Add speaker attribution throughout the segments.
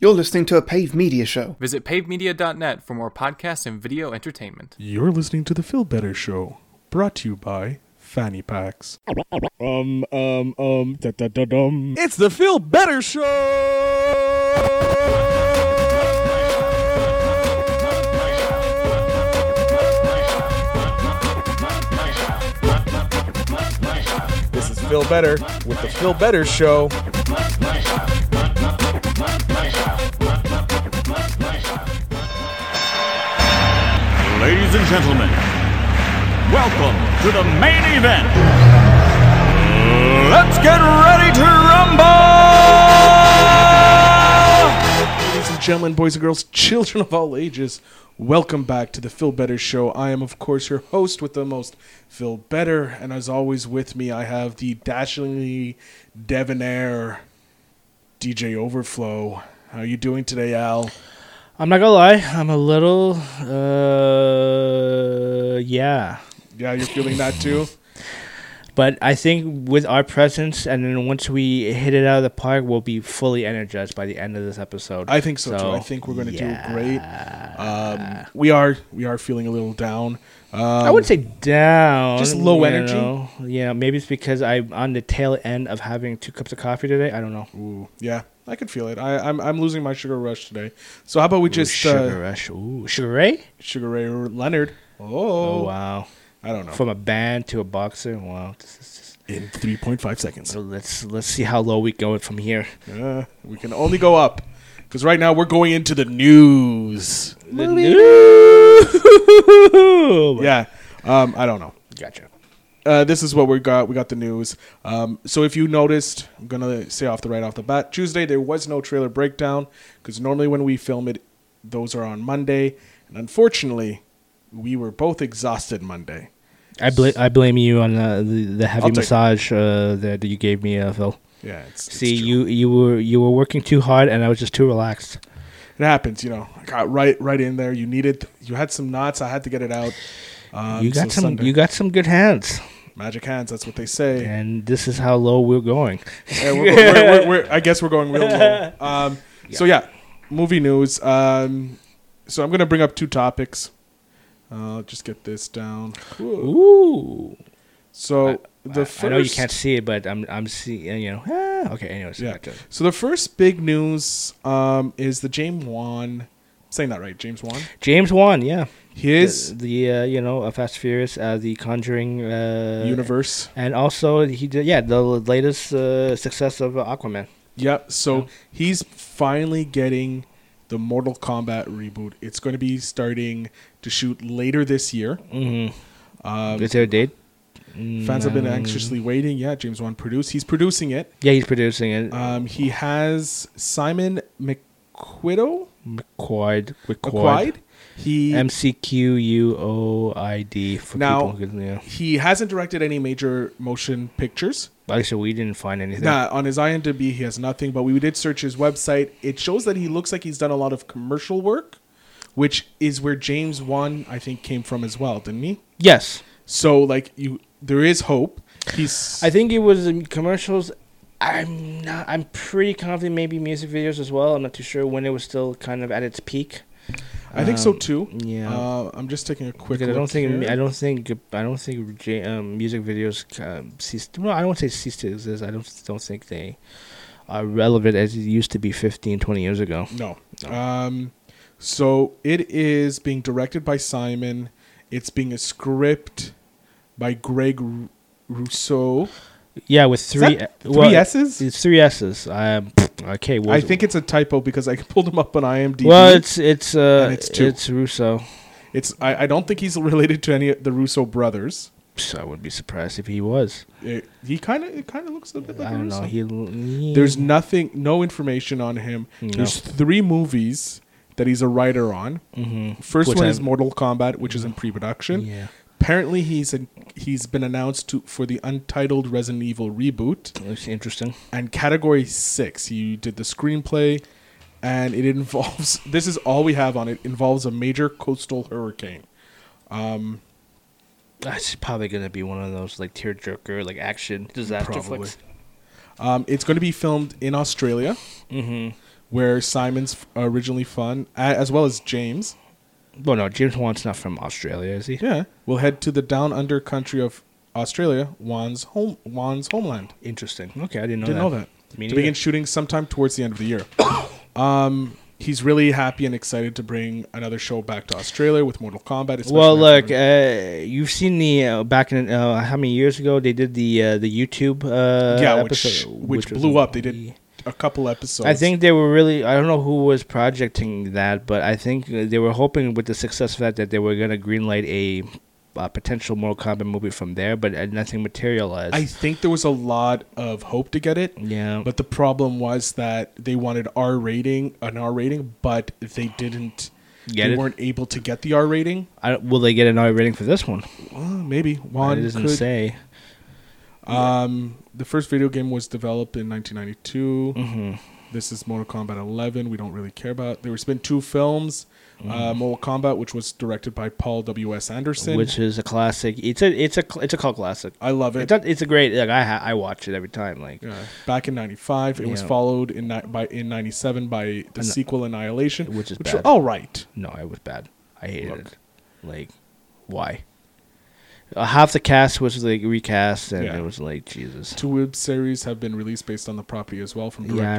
Speaker 1: You're listening to a Pave Media show.
Speaker 2: Visit pavemedia.net for more podcasts and video entertainment.
Speaker 3: You're listening to the Feel Better Show, brought to you by Fanny Packs.
Speaker 4: Um, um, um, da da da dum.
Speaker 3: It's the Feel Better Show! This is Feel Better with the Feel Better Show.
Speaker 5: Ladies and gentlemen, welcome to the main event. Let's get ready to rumble!
Speaker 3: Ladies and gentlemen, boys and girls, children of all ages, welcome back to the Phil Better Show. I am, of course, your host with the most, Phil Better, and as always, with me, I have the dashingly debonair DJ Overflow. How you doing today, Al?
Speaker 4: I'm not gonna lie, I'm a little, uh, yeah.
Speaker 3: Yeah, you're feeling that too.
Speaker 4: But I think with our presence, and then once we hit it out of the park, we'll be fully energized by the end of this episode.
Speaker 3: I think so, too. I think we're going to do great. Um, we are we are feeling a little down. Um,
Speaker 4: I would say down,
Speaker 3: Just low
Speaker 4: you
Speaker 3: energy?
Speaker 4: know. Yeah, maybe it's because I'm on the tail end of having two cups of coffee today. I don't know.
Speaker 3: Ooh, yeah, I could feel it. I, I'm I'm losing my sugar rush today. So how about we just
Speaker 4: sugar
Speaker 3: uh,
Speaker 4: rush. Ooh, sugar ray.
Speaker 3: Sugar Ray Leonard?
Speaker 4: Oh
Speaker 3: Oh,
Speaker 4: wow.
Speaker 3: I don't know.
Speaker 4: From a band to a boxer. Wow. This is just,
Speaker 3: in 3.5 seconds.
Speaker 4: so let's let's see how low we go from here.
Speaker 3: Uh, we can only go up because right now we're going into the news.
Speaker 4: The news.
Speaker 3: Yeah, um, I don't know.
Speaker 4: Gotcha.
Speaker 3: Uh, this is what we got. We got the news. Um, so if you noticed, I'm gonna say off the right off the bat, Tuesday there was no trailer breakdown because normally when we film it, those are on Monday, and unfortunately, we were both exhausted Monday.
Speaker 4: I bl- I blame you on uh, the the heavy
Speaker 3: I'll take it.
Speaker 4: massage uh, that you gave me, uh, Phil.
Speaker 3: Yeah, it's, it's
Speaker 4: See,
Speaker 3: true.
Speaker 4: you you were you were working too hard, and I was just too relaxed.
Speaker 3: It happens, you know. I got right right in there. You needed. You had some knots. I had to get it out. Um,
Speaker 4: you got
Speaker 3: so
Speaker 4: some
Speaker 3: Sunday.
Speaker 4: you got some good hands,
Speaker 3: magic hands. That's what they say.
Speaker 4: and this is how low we're going.
Speaker 3: Yeah, we're, we're, we're, we're, I guess we're going real low. Um, So yeah, movie news. Um, so I'm gonna bring up two topics. Uh, I'll just get this down.
Speaker 4: Ooh.
Speaker 3: So the
Speaker 4: I-
Speaker 3: first,
Speaker 4: I know you can't see it, but I'm I'm seeing you know. ah, okay. Anyways,
Speaker 3: Yeah.
Speaker 4: gotcha.
Speaker 3: So the first big news um, is the James Wan. I'm saying that right, James Wan.
Speaker 4: James Wan, yeah,
Speaker 3: His
Speaker 4: the, the uh, you know uh, Fast and Furious, uh, the Conjuring uh,
Speaker 3: universe.
Speaker 4: and also he did yeah the latest uh, success of uh, Aquaman.
Speaker 3: Yep. So he's finally getting the Mortal Kombat reboot. It's going to be starting to shoot later this year.
Speaker 4: Is there a date?
Speaker 3: Fans have been
Speaker 4: Mm.
Speaker 3: anxiously waiting. Yeah, James Wan produced. He's producing it.
Speaker 4: Yeah, he's producing it.
Speaker 3: Um, he has Simon McQuido.
Speaker 4: McQuaid,
Speaker 3: McQuaid. He
Speaker 4: M C Q U O I D for
Speaker 3: Now-
Speaker 4: people. who- Yeah,
Speaker 3: he hasn't directed any major motion pictures.
Speaker 4: actually, we didn't find anything.
Speaker 3: Nah, on his IMDb, he has nothing. But we did search his website. It shows that he looks like he's done a lot of commercial work, which is where James Wan I think came from as well, didn't he?
Speaker 4: Yes,
Speaker 3: So like you, there is hope. He's
Speaker 4: I think it was in commercials. I'm not. I'm pretty confident. Maybe music videos as well. I'm not too sure when it was still kind of at its peak.
Speaker 3: I think so too.
Speaker 4: um, yeah.
Speaker 3: Uh, I'm just taking a quick.
Speaker 4: Because I don't
Speaker 3: look
Speaker 4: think
Speaker 3: here.
Speaker 4: I don't think I don't think J- um, music videos um, cease. Well, I don't say cease to exist. I don't don't think they are relevant as it used to be 15, 20 years ago.
Speaker 3: No. Um, so it is being directed by Simon. It's being a script by Greg Ru- Rousseau.
Speaker 4: Yeah, with three
Speaker 3: that
Speaker 4: uh,
Speaker 3: three S's?
Speaker 4: It's three S's. Um, okay, well,
Speaker 3: I think it's a typo because I pulled him up on IMDb.
Speaker 4: well, it's it's uh,
Speaker 3: And
Speaker 4: it's,
Speaker 3: it's two.
Speaker 4: Russo.
Speaker 3: It's- I, I don't think he's related to any of the Russo brothers.
Speaker 4: So I would be surprised if he was.
Speaker 3: It- he kind of it kind of looks a bit like
Speaker 4: I
Speaker 3: a
Speaker 4: don't
Speaker 3: Russo.
Speaker 4: know. He l-
Speaker 3: There's nothing, no information on him. There's three movies that he's a writer on. Mm-hmm. First
Speaker 4: Which
Speaker 3: one is
Speaker 4: I've-
Speaker 3: Mortal Kombat, which is in pre-production.
Speaker 4: Yeah.
Speaker 3: Apparently, he's in, he's been announced to, for the untitled Resident Evil reboot
Speaker 4: it's interesting.
Speaker 3: and category six. He did the screenplay, and it involves. This is all we have on it. Involves a major coastal hurricane.
Speaker 4: That's Ah, probably gonna be one of those like tearjerker, like action disaster
Speaker 3: Probably.
Speaker 4: flicks. Mm-hmm.
Speaker 3: Um, it's going to be filmed in Australia, where Simon's f- originally fun, a- as well as James,
Speaker 4: Well, no, James Wan's not from Australia, is he?
Speaker 3: yeah, will head to the down under country of Australia, Juan's home, Juan's homeland.
Speaker 4: Interesting. Okay, I didn't know
Speaker 3: Didn't
Speaker 4: that.
Speaker 3: know that.
Speaker 4: Me
Speaker 3: to
Speaker 4: neither.
Speaker 3: begin shooting sometime towards the end of the year. um, he's really happy and excited to bring another show back to Australia with Mortal Kombat. especially
Speaker 4: Well, look,
Speaker 3: after-
Speaker 4: uh, you've seen the uh, back in uh, how many years ago they did the uh, the YouTube uh,
Speaker 3: yeah, which,
Speaker 4: episode,
Speaker 3: which,
Speaker 4: was
Speaker 3: blew up. They
Speaker 4: the- E.
Speaker 3: did a couple episodes.
Speaker 4: I think they were really. I don't know who was projecting that, but I think they were hoping with the success of that that they were going to greenlight a, uh potential Mortal Kombat movie from there, but uh, nothing materialized.
Speaker 3: I think there was a lot of hope to get it.
Speaker 4: yeah,
Speaker 3: But the problem was that they wanted R rating, an R rating, but they didn't.
Speaker 4: Get
Speaker 3: they
Speaker 4: it?
Speaker 3: weren't able to get the R rating.
Speaker 4: I don't- will they get an R rating for this one?
Speaker 3: Well, maybe
Speaker 4: it
Speaker 3: Juan
Speaker 4: doesn't
Speaker 3: could.
Speaker 4: say.
Speaker 3: Um, the first video game was developed in 1992.
Speaker 4: Mm-hmm.
Speaker 3: This is Mortal Kombat 11. We don't really care about. There was been two films, uh, Mortal Kombat, which was directed by Paul W S Anderson.
Speaker 4: Mm-hmm. which is a classic. It's a it's a cl- it's a cult classic.
Speaker 3: I love it.
Speaker 4: It's a, it's a great like I ha- I watch it every time. Like
Speaker 3: Yeah. Back in '95, it was
Speaker 4: Yeah.
Speaker 3: followed in ni- by in '97 by the sequel Annihilation,
Speaker 4: Which is
Speaker 3: which
Speaker 4: bad.
Speaker 3: all right.
Speaker 4: no, it was bad. I hated it. Like why? Uh, half the cast was like recast, and
Speaker 3: Yeah.
Speaker 4: it was like Jesus.
Speaker 3: Two web series have been released based on the property as well from director
Speaker 4: Yeah, I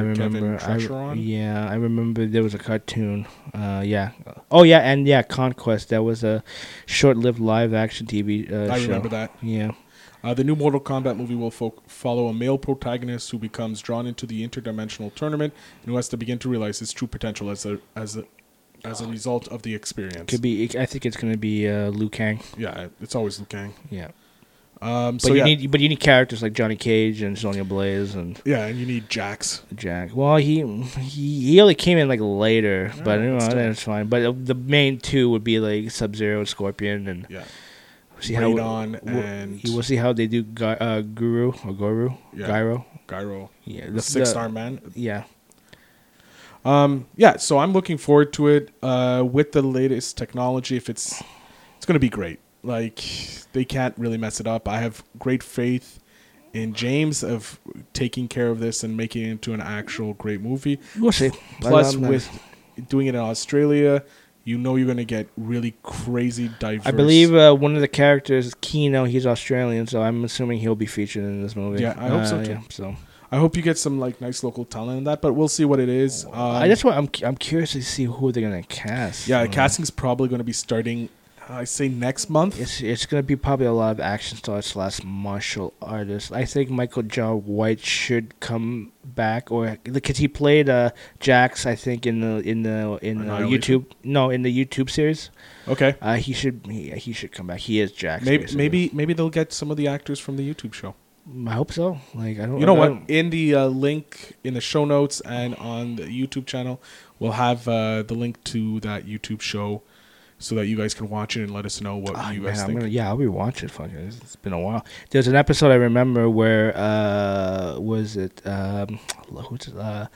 Speaker 3: Kevin
Speaker 4: remember. I,
Speaker 3: Treacheron.
Speaker 4: yeah, I remember there was a cartoon. Uh, yeah. Oh yeah, and yeah, Conquest. That was a short-lived live-action TV uh,
Speaker 3: I
Speaker 4: show.
Speaker 3: remember that.
Speaker 4: Yeah.
Speaker 3: Uh, the new Mortal Kombat movie will fo- follow a male protagonist who becomes drawn into the interdimensional tournament and who has to begin to realize his true potential as a as a as a result of the experience.
Speaker 4: Could be. I think it's gonna be uh, Liu Kang.
Speaker 3: Yeah, it's always Liu Kang.
Speaker 4: Yeah.
Speaker 3: Um,
Speaker 4: But
Speaker 3: so
Speaker 4: you
Speaker 3: yeah,
Speaker 4: need, but you need characters like Johnny Cage and Sonya Blaze and
Speaker 3: yeah, and you need Jax.
Speaker 4: Jack. Well, he he, he only came in like later,
Speaker 3: Alright,
Speaker 4: but you know,
Speaker 3: still.
Speaker 4: that's fine. But uh, the main two would be like Sub Zero and Scorpion, and
Speaker 3: Yeah,
Speaker 4: see
Speaker 3: Radon
Speaker 4: we'll-
Speaker 3: and-
Speaker 4: we'll see how they do. Gu- uh, Guru or Guru,
Speaker 3: Yeah.
Speaker 4: Gyro,
Speaker 3: Gyro,
Speaker 4: yeah,
Speaker 3: the six star man.
Speaker 4: Yeah,
Speaker 3: Um, yeah, so I'm looking forward to it uh, with the latest technology. If it's it's going to be great. Like they can't really mess it up. I have great faith in James of taking care of this and making it into an actual great movie.
Speaker 4: we'll see.
Speaker 3: Plus,
Speaker 4: I'm not-
Speaker 3: with doing it in Australia, you know you're going to get really crazy diverse.
Speaker 4: I believe uh, one of the characters is Kino. He's Australian, so I'm assuming he'll be featured in this movie.
Speaker 3: Yeah, I hope so,
Speaker 4: Uh,
Speaker 3: too.
Speaker 4: yeah, so
Speaker 3: I hope you get some like nice local talent in that, but we'll see what it is. Um,
Speaker 4: I just want I'm cu- I'm curious to see who they're gonna cast.
Speaker 3: yeah,
Speaker 4: Uh,
Speaker 3: casting's probably going to be starting. I say next month.
Speaker 4: It's it's gonna be probably a lot of action stars slash martial artists. I think Michael John White should come back, or because he played uh, Jax, I think in the in the in the
Speaker 3: Annihilation?
Speaker 4: YouTube no in the YouTube series.
Speaker 3: okay.
Speaker 4: Uh, he should he, he should come back. He is Jax.
Speaker 3: Maybe,
Speaker 4: basically.
Speaker 3: maybe maybe they'll get some of the actors from the YouTube show.
Speaker 4: I hope so. Like I don't.
Speaker 3: You know
Speaker 4: Oh, I
Speaker 3: what?
Speaker 4: don't-
Speaker 3: In the uh, link in the show notes and on the YouTube channel, we'll have uh, the link to that YouTube show so that you guys can watch it and let us know what
Speaker 4: Ah,
Speaker 3: Oh, you
Speaker 4: man,
Speaker 3: guys
Speaker 4: I'm
Speaker 3: think.
Speaker 4: gonna- yeah, I'll be watching. Fucking, it's, it's been a while. There's an episode I remember where uh, was it? Um, who's it, uh,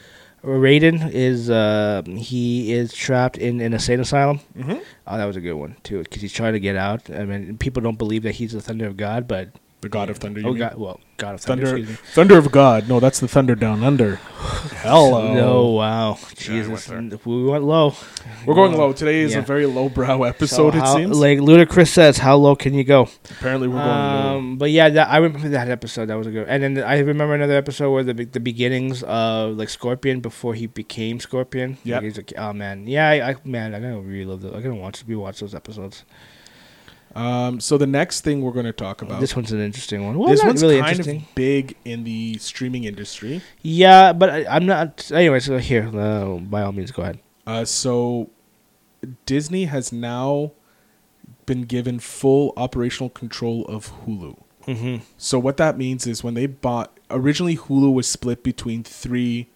Speaker 4: Raiden is uh, he is trapped in an insane asylum. Mm-hmm. Oh, that was a good one too, because he's trying to get out. I mean, people don't believe that he's the Thunder of God, but
Speaker 3: The God of Thunder. You
Speaker 4: oh
Speaker 3: mean?
Speaker 4: God, well, God of Thunder.
Speaker 3: Thunder,
Speaker 4: excuse me.
Speaker 3: Thunder of God. No, that's the Thunder Down Under. Hello.
Speaker 4: No, wow, Jesus, we went low.
Speaker 3: We're going low. Today is
Speaker 4: Yeah.
Speaker 3: a very lowbrow
Speaker 4: So
Speaker 3: episode, it
Speaker 4: how-
Speaker 3: seems.
Speaker 4: like Ludacris says, how low can you go?
Speaker 3: Apparently, we're going low.
Speaker 4: Um, but yeah, that, I remember that episode. That was a good. And then I remember another episode where the be- the beginnings of like Scorpion before he became Scorpion.
Speaker 3: Yep.
Speaker 4: Like, he's like, oh man, yeah, I, I man, I gotta relive those. I gotta watch rewatch those episodes.
Speaker 3: Um, so, the next thing we're going to talk about.
Speaker 4: This one's an interesting one. Well,
Speaker 3: this
Speaker 4: not
Speaker 3: one's
Speaker 4: really
Speaker 3: kind
Speaker 4: interesting.
Speaker 3: of big in the streaming industry.
Speaker 4: Yeah, but I, I'm not. Anyway, so here, uh, by all means, go ahead.
Speaker 3: Uh, so Disney has now been given full operational control of Hulu.
Speaker 4: Mm-hmm.
Speaker 3: So what that means is when they bought originally Hulu was split between three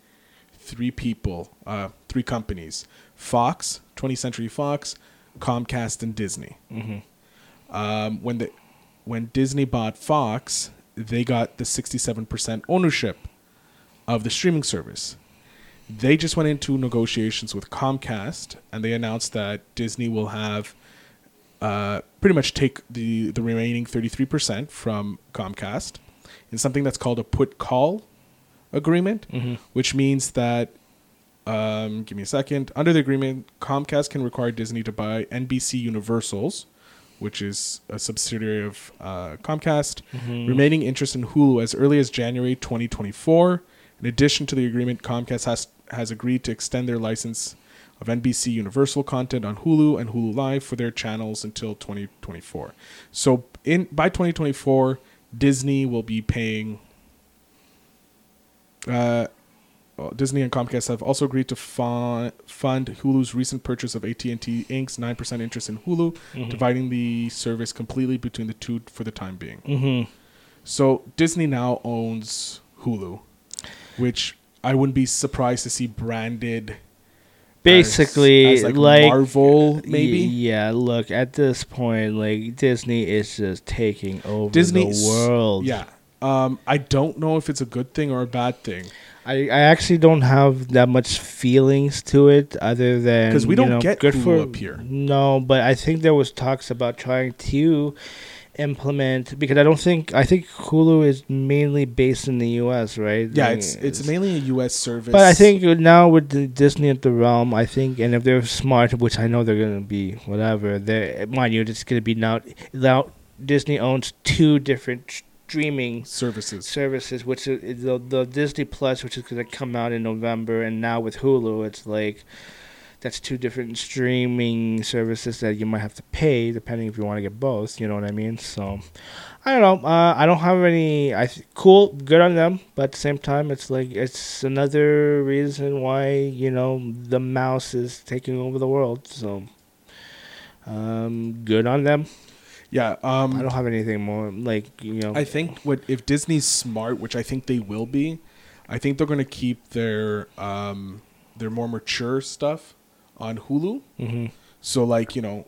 Speaker 3: three people, uh, three companies: Fox, 20th Century Fox, Comcast, and Disney. Um, when the when Disney bought Fox, they got the 67% ownership of the streaming service. They just went into negotiations with Comcast, and they announced that Disney will have uh, pretty much take the, the remaining 33% from Comcast in something that's called a put call agreement, which means that Um, give me a second. Under the agreement, Comcast can require Disney to buy NBC Universal's, which is a subsidiary of uh, Comcast, remaining interest in Hulu as early as January 2024. In addition to the agreement, Comcast has has agreed to extend their license of NBC Universal content on Hulu and Hulu Live for their channels until 2024. So in by 2024, Disney will be paying well, Uh, Disney and Comcast have also agreed to fund, fund Hulu's recent purchase of AT&T Inc.'s 9% interest in Hulu, dividing the service completely between the two for the time being. So Disney now owns Hulu, which I wouldn't be surprised to see branded
Speaker 4: Basically,
Speaker 3: as, as,
Speaker 4: like,
Speaker 3: like, Marvel, maybe.
Speaker 4: yeah. Look, at this point, like Disney is just taking over
Speaker 3: Disney
Speaker 4: the world.
Speaker 3: Yeah. Um, I don't know if it's a good thing or a bad thing
Speaker 4: I, I actually don't have that much feelings to it other than
Speaker 3: 'Cause we
Speaker 4: you
Speaker 3: don't
Speaker 4: know,
Speaker 3: get
Speaker 4: good
Speaker 3: Hulu
Speaker 4: for
Speaker 3: up here.
Speaker 4: No, but I think there was talks about trying to implement because I don't think I think Hulu is mainly based in the U.S. Right?
Speaker 3: yeah
Speaker 4: Like,
Speaker 3: it's it's mainly a us service
Speaker 4: But I think now with the Disney at the realm, I think, and if they're smart, which I know they're gonna be, whatever. They mind you, it's gonna be now. Now Disney owns two different streaming
Speaker 3: services
Speaker 4: services, which is is the, the Disney Plus, which is going to come out in November, and now with Hulu, it's like that's two different streaming services that you might have to pay depending if you want to get both. You know what I mean? So I don't know. Uh, I don't have any. I th- cool, good on them, but at the same time, it's like it's another reason why you know the mouse is taking over the world. So. Um, good on them.
Speaker 3: yeah
Speaker 4: I
Speaker 3: um
Speaker 4: don't have anything more. Like you know,
Speaker 3: i think what if disney's smart which i think they will be i think they're going to keep their um their more mature stuff on hulu mm-hmm. so like you know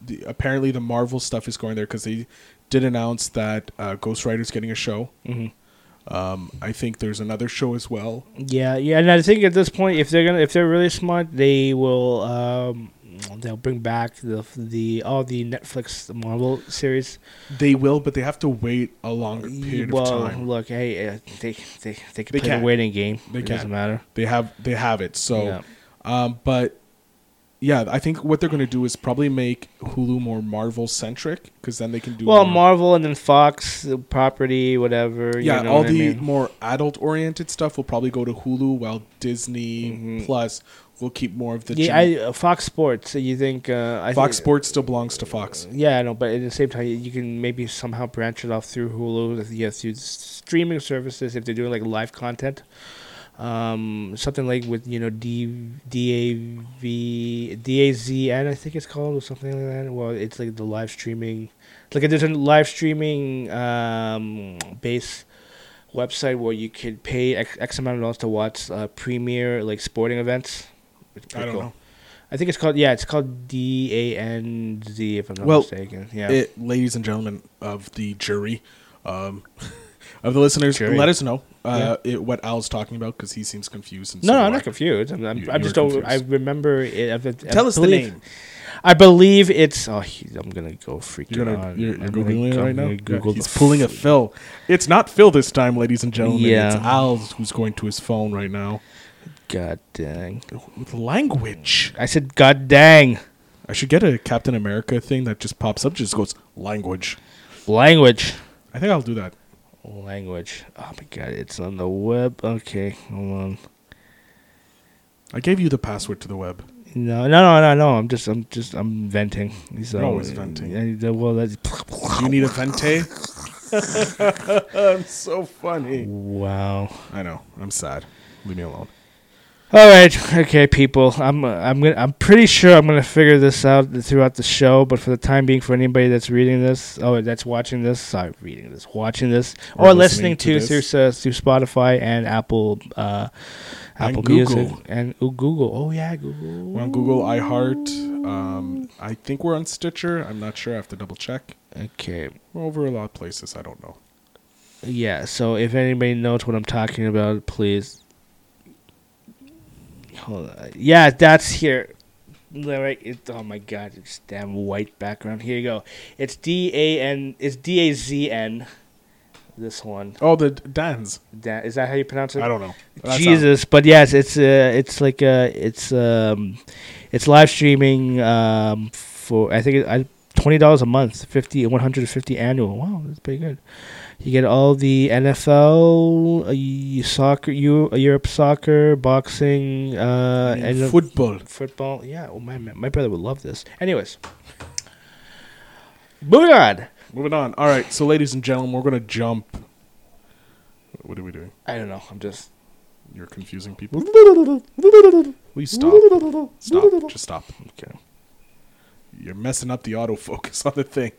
Speaker 3: the, apparently the marvel stuff is going there because they did announce that uh, ghost rider's getting a show
Speaker 4: Mm-hmm.
Speaker 3: um i think there's another show as well
Speaker 4: Yeah, yeah, and I think at this point, if they're gonna, if they're really smart, they will, um, they'll bring back the the all the Netflix Marvel series.
Speaker 3: they will but they have to wait a longer period
Speaker 4: well,
Speaker 3: of time
Speaker 4: look, hey, uh, they they they can
Speaker 3: They
Speaker 4: play
Speaker 3: can.
Speaker 4: the waiting game.
Speaker 3: They
Speaker 4: it doesn't
Speaker 3: can.
Speaker 4: matter.
Speaker 3: they have they have it so
Speaker 4: Yeah.
Speaker 3: um but yeah i think what they're going to do is probably make hulu more marvel centric because then they can do
Speaker 4: Well,
Speaker 3: more-
Speaker 4: Marvel and then Fox the property, whatever. you
Speaker 3: yeah
Speaker 4: know
Speaker 3: all
Speaker 4: what I
Speaker 3: the
Speaker 4: mean?
Speaker 3: more adult oriented stuff will probably go to hulu while disney plus will keep more of the
Speaker 4: Mm-hmm. yeah,
Speaker 3: gen-
Speaker 4: I, uh, Fox Sports. You think uh, I
Speaker 3: fox
Speaker 4: thi-
Speaker 3: sports still belongs to fox
Speaker 4: Yeah, I know, but at the same time, you can maybe somehow branch it off through Hulu, yeah, through s- streaming services if they're doing like live content, um, something like with you know D D A V D A Z N I think it's called or something like that. Well, it's like the live streaming, it's like a different live streaming um, base website where you could pay X, X amount of dollars to watch uh, premier like sporting events. It's
Speaker 3: i
Speaker 4: pretty
Speaker 3: don't
Speaker 4: cool.
Speaker 3: know
Speaker 4: I think it's called yeah, it's called D A N Z if I'm not
Speaker 3: Well,
Speaker 4: mistaken. Yeah.
Speaker 3: it, ladies and gentlemen of the jury um of the listeners
Speaker 4: Jury.
Speaker 3: let us know uh it, what al's talking about because he seems confused and
Speaker 4: no,
Speaker 3: so
Speaker 4: no,
Speaker 3: do
Speaker 4: I'm
Speaker 3: I.
Speaker 4: not confused. I'm, I'm,
Speaker 3: You-
Speaker 4: I
Speaker 3: you
Speaker 4: just
Speaker 3: were
Speaker 4: don't. I
Speaker 3: confused.
Speaker 4: remember it. I, I
Speaker 3: Tell us the
Speaker 4: believe-
Speaker 3: name.
Speaker 4: I believe it's. Oh, he, I'm gonna go freaking.
Speaker 3: You're gonna
Speaker 4: out.
Speaker 3: you're, you're
Speaker 4: I'm gonna
Speaker 3: googling it
Speaker 4: go-
Speaker 3: right
Speaker 4: I'm
Speaker 3: now.
Speaker 4: gonna Google
Speaker 3: yeah, he's
Speaker 4: the
Speaker 3: pulling a
Speaker 4: f-
Speaker 3: Phil. It's not Phil this time, ladies and gentlemen.
Speaker 4: Yeah.
Speaker 3: It's Al who's going to his phone right now.
Speaker 4: God dang!
Speaker 3: With language,
Speaker 4: I said God dang
Speaker 3: I should get a Captain America thing that just pops up, just goes language.
Speaker 4: language.
Speaker 3: I think I'll do that.
Speaker 4: Language. Oh my god, it's on the web. Okay, hold on.
Speaker 3: I gave you the password to the web.
Speaker 4: No, no, no, no, no. I'm just, I'm just, I'm venting. So,
Speaker 3: You're always venting.
Speaker 4: I, well, that's
Speaker 3: Do you need a vente? I'm so funny.
Speaker 4: wow.
Speaker 3: I know. I'm sad. Leave me alone.
Speaker 4: All right, okay, people. I'm uh, I'm gonna I'm pretty sure I'm gonna figure this out throughout the show. But for the time being, for anybody that's reading this, oh, that's watching this, sorry, reading this, watching this,
Speaker 3: Or
Speaker 4: or, listening,
Speaker 3: listening to
Speaker 4: to, through uh, through Spotify and Apple uh,
Speaker 3: And
Speaker 4: Apple
Speaker 3: Google.
Speaker 4: Music and ooh, Google. Oh yeah, Google.
Speaker 3: We're on Google iHeart. Um, I think we're on Stitcher. I'm not sure. I have to double check.
Speaker 4: Okay.
Speaker 3: We're over a lot of places. I don't know.
Speaker 4: Yeah. So if anybody knows what I'm talking about, please. Hold on. Yeah, that's here. All right. It, oh my God! It's damn white background. Here you go. It's D A N. It's D A Z N. this one.
Speaker 3: Oh, the Dans.
Speaker 4: Da- is that how you pronounce it?
Speaker 3: I don't know. That's
Speaker 4: Jesus, but yes, it's uh, it's like uh, it's um, it's live streaming um for I think it, I twenty dollars a month, 50, 150 annual. Wow, that's pretty good. You get all the NFL, uh, y- soccer, Eu- Europe soccer, boxing, uh,
Speaker 3: how-
Speaker 4: and
Speaker 3: football.
Speaker 4: football. Yeah, oh, my my brother would love this. Anyways, moving on.
Speaker 3: Moving on. All right, so ladies and gentlemen, we're gonna jump. What are we doing?
Speaker 4: I don't know. I'm just
Speaker 3: You're confusing people. Please stop. Stop. Just stop.
Speaker 4: okay.
Speaker 3: You're messing up the autofocus on the thing.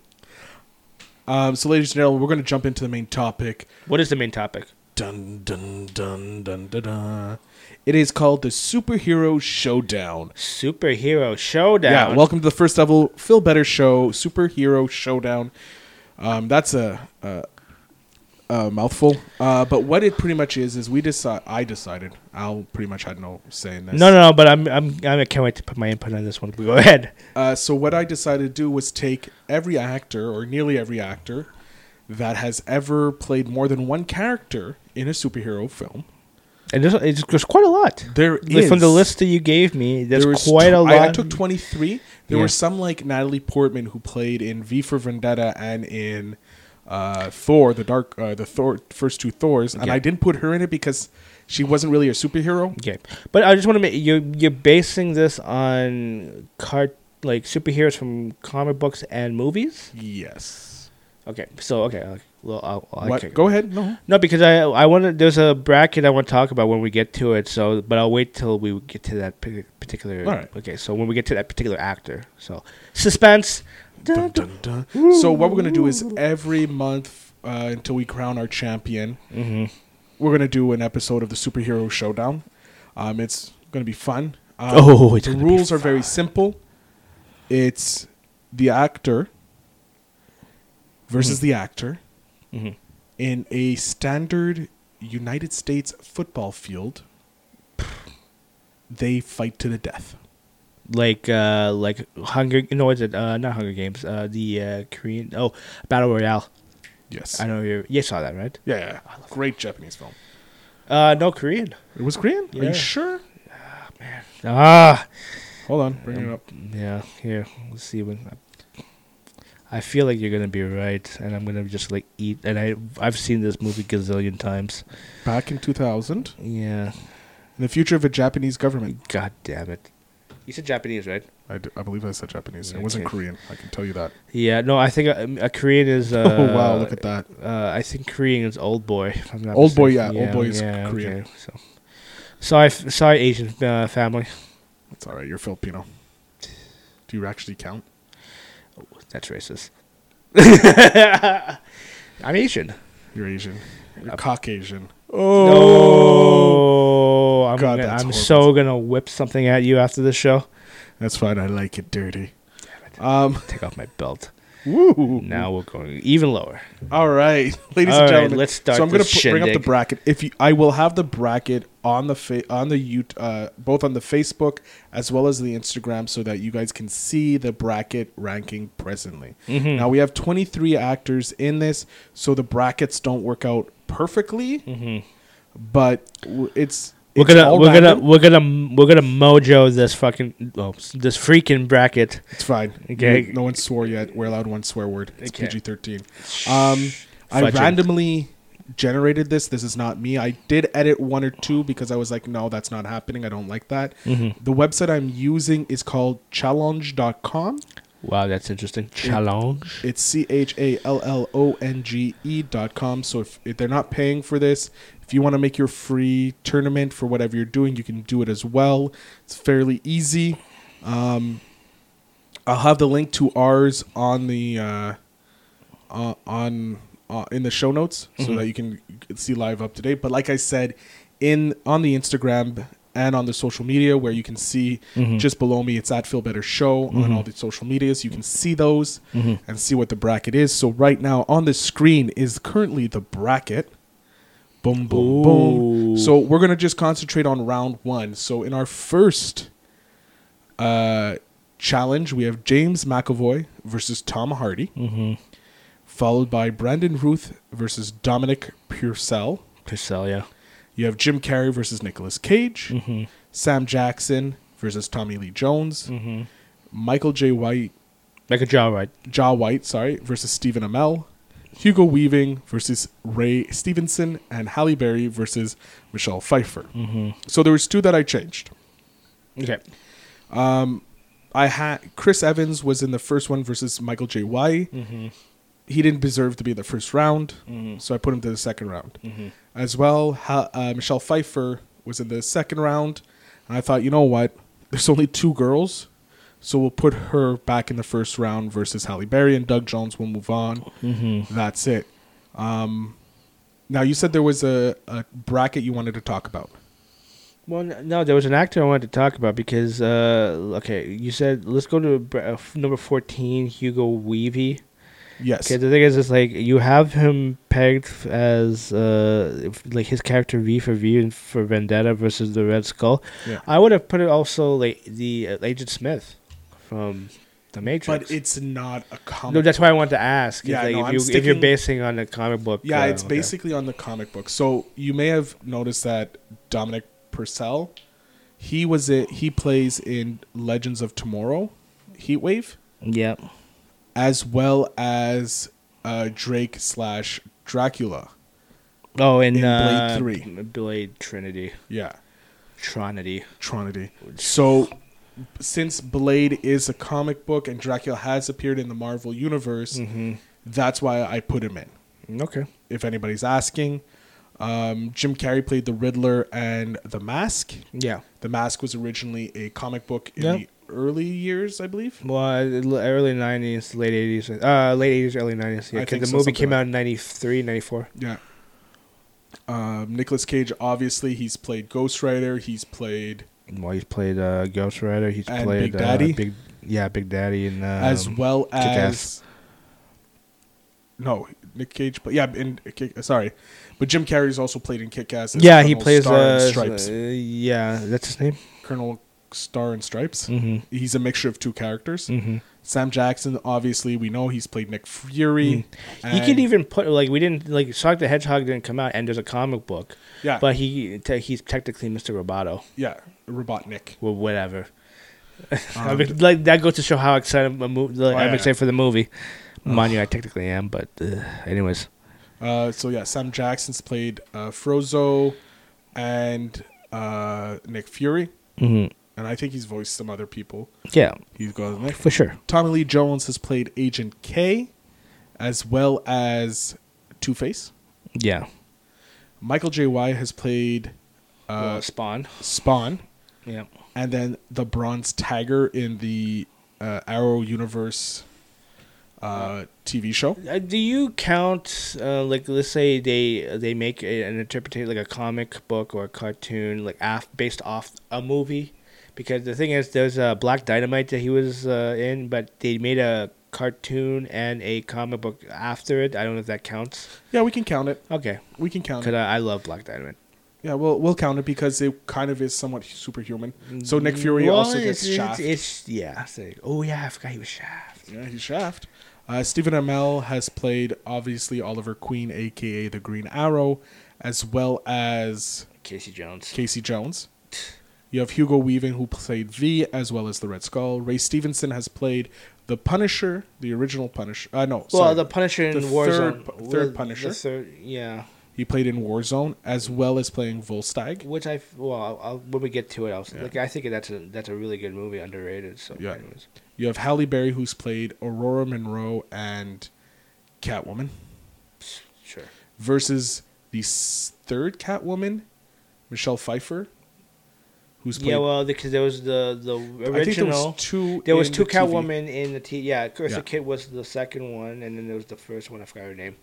Speaker 3: Um, so, ladies and gentlemen, we're going to jump into the main topic.
Speaker 4: What is the main topic?
Speaker 3: Dun dun dun dun dun dun. It is called the Superhero Showdown.
Speaker 4: Superhero showdown.
Speaker 3: Yeah, welcome to the first level Feel Better Show Superhero Showdown. Um, that's a, a, a mouthful, uh, but what it pretty much is is we decide. I decided. Al pretty much had no say in this.
Speaker 4: No, no, no, but I'm, I'm, I'm, I can't wait to put my input on this one. Go ahead.
Speaker 3: Uh, so what I decided to do was take every actor or nearly every actor that has ever played more than one character in a superhero film.
Speaker 4: And there's, it's, there's quite a lot.
Speaker 3: There
Speaker 4: Like, From the
Speaker 3: is-
Speaker 4: list that you gave me, there's
Speaker 3: was
Speaker 4: quite
Speaker 3: tw-
Speaker 4: a lot.
Speaker 3: I, I took 23. There
Speaker 4: Yeah.
Speaker 3: were some like Natalie Portman who played in V for Vendetta and in uh, Thor, the dark, uh, the Thor first two Thors, and
Speaker 4: Yeah.
Speaker 3: I didn't put her in it because she wasn't really a superhero.
Speaker 4: Okay, but I just want to make you you're basing this on cart like superheroes from comic books and movies.
Speaker 3: Yes.
Speaker 4: Okay, so okay, okay, well, I'll, I'll
Speaker 3: What?
Speaker 4: okay.
Speaker 3: Go ahead. No.
Speaker 4: No, because I I want to. There's a bracket I want to talk about when we get to it. So, but I'll wait till we get to that pa- particular.
Speaker 3: All right.
Speaker 4: Okay, so when we get to that particular actor, so suspense. Dun, dun.
Speaker 3: So what we're gonna do is every month uh, until we crown our champion,
Speaker 4: Mm-hmm.
Speaker 3: we're gonna do an episode of the superhero showdown. Um, it's gonna be fun. Um,
Speaker 4: Oh, it's
Speaker 3: the
Speaker 4: gonna be
Speaker 3: rules are very simple. It's the actor
Speaker 4: Mm-hmm.
Speaker 3: versus the actor
Speaker 4: Mhm.
Speaker 3: in a standard United States football field. They fight to the death.
Speaker 4: Like uh, like Hunger. No, it's it? Uh, not Hunger Games. Uh, the uh, Korean. Oh, Battle Royale.
Speaker 3: Yes.
Speaker 4: I know you. You saw that, right?
Speaker 3: Yeah, yeah. Great Japanese film.
Speaker 4: Uh, no Korean.
Speaker 3: It was Korean. Are
Speaker 4: Yeah.
Speaker 3: you sure?
Speaker 4: Ah,
Speaker 3: Hold on, bring it up.
Speaker 4: yeah. Here, let's see when. I feel like you're gonna be right, and I'm gonna just like eat. And I I've seen this movie gazillion times.
Speaker 3: Back in 2000,
Speaker 4: Yeah.
Speaker 3: in the future of a Japanese government.
Speaker 4: God damn it. You said Japanese, right?
Speaker 3: I, d- I believe I said Japanese. It wasn't
Speaker 4: Okay.
Speaker 3: Korean. I can tell you that.
Speaker 4: Yeah. No, I think a, a Korean is. Uh,
Speaker 3: oh wow, look at that.
Speaker 4: Uh, I think Korean is old boy. If I'm not
Speaker 3: Old boy,
Speaker 4: mistaken.
Speaker 3: yeah, old boy is Korean.
Speaker 4: so. Sorry, f- sorry, Asian uh, family.
Speaker 3: It's all right. You're Filipino. Do you actually count?
Speaker 4: That's racist. I'm Asian.
Speaker 3: You're Asian. You're Caucasian.
Speaker 4: Oh, I'm,
Speaker 3: God,
Speaker 4: gonna-
Speaker 3: that's
Speaker 4: I'm
Speaker 3: horrible.
Speaker 4: so gonna whip something at you after this show.
Speaker 3: That's fine. I like it dirty.
Speaker 4: Damn it.
Speaker 3: Um.
Speaker 4: Take off my belt.
Speaker 3: Woo.
Speaker 4: Now we're going even lower.
Speaker 3: All right, ladies
Speaker 4: All
Speaker 3: and
Speaker 4: right,
Speaker 3: gentlemen.
Speaker 4: let's start
Speaker 3: So I'm gonna
Speaker 4: this
Speaker 3: pu- bring up the
Speaker 4: shindig.
Speaker 3: bracket. If you, I will have the bracket on the fa- on the Yout- uh, both on the Facebook as well as the Instagram, so that you guys can see the bracket ranking presently.
Speaker 4: Mm-hmm.
Speaker 3: Now we have 23 actors in this, so the brackets don't work out perfectly, but w- it's.
Speaker 4: Mm-hmm. We're
Speaker 3: it's
Speaker 4: gonna
Speaker 3: all
Speaker 4: we're gonna
Speaker 3: random.
Speaker 4: we're gonna we're gonna mojo this fucking oh, this freaking bracket.
Speaker 3: It's fine.
Speaker 4: Okay.
Speaker 3: No, no one swore yet. We're allowed one swear word. It's
Speaker 4: Okay.
Speaker 3: PG thirteen. Um, I
Speaker 4: Fudging.
Speaker 3: randomly generated this. This is not me. I did edit one or two because I was like, no, that's not happening. I don't like that.
Speaker 4: Mm-hmm.
Speaker 3: The website I'm using is called challenge.com.
Speaker 4: Wow, that's interesting. Challenge.
Speaker 3: It's C H A L L O N G E dot com. So if, if they're not paying for this, if you want to make your free tournament for whatever you're doing, you can do it as well. It's fairly easy. Um, I'll have the link to ours on the uh, uh, on uh, in the show notes so that you can see live up to date. But like I said, in on the Instagram and on the social media where you can see just below me, it's at Feel Better Show on all the social medias. You can see those and see what the bracket is. So right now on the screen is currently the bracket. Boom, boom, boom.
Speaker 4: Ooh.
Speaker 3: So we're gonna just concentrate on round one. So in our first uh, challenge, we have James McAvoy versus Tom Hardy followed by Brandon Ruth versus Dominic Purcell.
Speaker 4: Purcell, yeah.
Speaker 3: You have Jim Carrey versus Nicolas Cage, Sam Jackson versus Tommy Lee Jones, Michael J. White,
Speaker 4: Like a jaw right.
Speaker 3: Jaw White, sorry, versus Stephen Amell, Hugo Weaving versus Ray Stevenson, and Halle Berry versus Michelle Pfeiffer. So there was two that I changed.
Speaker 4: Okay.
Speaker 3: I had Chris Evans was in the first one versus Michael J. White.
Speaker 4: Mm-hmm.
Speaker 3: He didn't deserve to be in the first round, so I put him to the second round.
Speaker 4: Mm-hmm.
Speaker 3: As well, ha- uh, Michelle Pfeiffer was in the second round, and I thought, you know what? There's only two girls, so we'll put her back in the first round versus Halle Berry and Doug Jones. will move on.
Speaker 4: Mm-hmm.
Speaker 3: That's it. Um, now you said there was a, a bracket you wanted to talk about.
Speaker 4: Well, n- no, there was an actor I wanted to talk about because, uh, okay, you said let's go to br- uh, f- number fourteen, Hugo Weavy.
Speaker 3: Yes.
Speaker 4: Okay, the thing is, it's like you have him pegged f- as uh, f- like his character V for V and for Vendetta versus the Red Skull.
Speaker 3: Yeah.
Speaker 4: I would have put it also like the uh, Agent Smith from the Matrix.
Speaker 3: But it's not a comic.
Speaker 4: no, that's why I want to ask.
Speaker 3: Yeah,
Speaker 4: Yeah, like
Speaker 3: no,
Speaker 4: if,
Speaker 3: I'm
Speaker 4: you, if you're
Speaker 3: sticking-
Speaker 4: basing on a comic book.
Speaker 3: Yeah,
Speaker 4: uh,
Speaker 3: it's
Speaker 4: okay.
Speaker 3: basically on the comic book. So you may have noticed that Dominic Purcell, he was it. He plays in Legends of Tomorrow, Heatwave,
Speaker 4: Yeah.
Speaker 3: as well as uh, Drake slash Dracula.
Speaker 4: Oh, and
Speaker 3: In Blade
Speaker 4: uh,
Speaker 3: Three.
Speaker 4: Blade Trinity,
Speaker 3: Yeah,
Speaker 4: Trinity.
Speaker 3: Trinity. So since Blade is a comic book and Dracula has appeared in the Marvel universe,
Speaker 4: Mm-hmm.
Speaker 3: that's why I put him in.
Speaker 4: Okay.
Speaker 3: If anybody's asking, um, Jim Carrey played the Riddler and the Mask.
Speaker 4: Yeah.
Speaker 3: The Mask was originally a comic book in
Speaker 4: Yep.
Speaker 3: the early years, I believe.
Speaker 4: Well, uh, l- early 90s, late 80s. Uh, late 80s, early 90s. Yeah,
Speaker 3: I think
Speaker 4: because the
Speaker 3: so,
Speaker 4: movie
Speaker 3: something
Speaker 4: came
Speaker 3: like-
Speaker 4: out in 93, 94.
Speaker 3: Yeah. Um, Nicholas Cage, obviously, he's played Ghost Rider. He's played
Speaker 4: Well, he's played uh, Ghost Rider. He's
Speaker 3: And
Speaker 4: played
Speaker 3: Big Daddy?
Speaker 4: Uh, Big, yeah, Big Daddy, and um,
Speaker 3: as well as
Speaker 4: Kick-Ass.
Speaker 3: no Nick Cage, but yeah, in uh, Kick, sorry, but Jim Carrey's also played in Kick Ass.
Speaker 4: yeah, he plays
Speaker 3: Star
Speaker 4: uh,
Speaker 3: and
Speaker 4: Stripes.
Speaker 3: Stripes.
Speaker 4: Uh, yeah, that's his name.
Speaker 3: Colonel Star and Stripes.
Speaker 4: Mhm.
Speaker 3: He's a mixture of two characters.
Speaker 4: Mhm.
Speaker 3: Sam Jackson, obviously, we know he's played Nick Fury.
Speaker 4: you could
Speaker 3: and-
Speaker 4: Mm. even put like we didn't like Sonic the Hedgehog didn't come out, and there's a comic book,
Speaker 3: yeah,
Speaker 4: but he te- he's technically Mr. Roboto
Speaker 3: yeah, Robotnik.
Speaker 4: or whatever. I
Speaker 3: Um, Oh,
Speaker 4: mean, like that goes to show how excited I'm, like, I'm
Speaker 3: yeah.
Speaker 4: excited for the movie. Mind you, I technically am, but uh, anyways,
Speaker 3: Uh, so yeah, Sam Jackson's played uh, Frozo and uh, Nick Fury,
Speaker 4: Mhm.
Speaker 3: and I think he's voiced some other people.
Speaker 4: yeah,
Speaker 3: He's got Nick.
Speaker 4: for sure.
Speaker 3: Tommy Lee Jones has played Agent K, as well as Two Face.
Speaker 4: Yeah,
Speaker 3: Michael J. Y has played
Speaker 4: Well,
Speaker 3: uh,
Speaker 4: Spawn.
Speaker 3: Spawn,
Speaker 4: Yeah,
Speaker 3: and then the Bronze Tiger in the uh, Arrow universe uh, TV show.
Speaker 4: Uh, do you count uh, like let's say they they make a, an interpretation like a comic book or a cartoon like af- based off a movie because the thing is there's a black dynamite that he was uh, in but they made a cartoon and a comic book after it i don't know if that counts
Speaker 3: Yeah, we can count it.
Speaker 4: okay
Speaker 3: We can count
Speaker 4: because
Speaker 3: it.
Speaker 4: I, I love black dynamite
Speaker 3: Yeah, we'll we'll count it because it kind of is somewhat superhuman. So Nick Fury
Speaker 4: Mm, Well,
Speaker 3: also gets
Speaker 4: it's,
Speaker 3: Shaft.
Speaker 4: it's, it's yeah it's like, oh yeah i forgot he was shaft
Speaker 3: yeah, he's Shaft. Uh, Stephen Amell has played obviously Oliver Queen, aka the Green Arrow, as well as
Speaker 4: casey jones
Speaker 3: Casey Jones. You have Hugo Weaving who played V, as well as the Red Skull. Ray Stevenson has played the Punisher, the original Punisher. Uh, no,
Speaker 4: well
Speaker 3: sorry.
Speaker 4: the punisher in
Speaker 3: The
Speaker 4: warzone
Speaker 3: third- third
Speaker 4: well, the
Speaker 3: Punisher.
Speaker 4: third- yeah
Speaker 3: he played in Warzone, as well as playing Volstagg.
Speaker 4: Which I well, I'll, I'll, when we get to it, I'll
Speaker 3: Yeah.
Speaker 4: like I think that's a that's a really good movie, underrated. So
Speaker 3: Yeah.
Speaker 4: anyways.
Speaker 3: You have Halle Berry who's played Aurora Monroe and Catwoman.
Speaker 4: sure.
Speaker 3: versus the s- third Catwoman, Michelle Pfeiffer, who's played.
Speaker 4: Yeah, well, because there was the the original.
Speaker 3: I think there was two.
Speaker 4: there was
Speaker 3: in
Speaker 4: two
Speaker 3: the TV.
Speaker 4: Catwoman in the T. Yeah, Curse
Speaker 3: Yeah.
Speaker 4: the Kid was the second one, and then there was the first one. I forgot her name.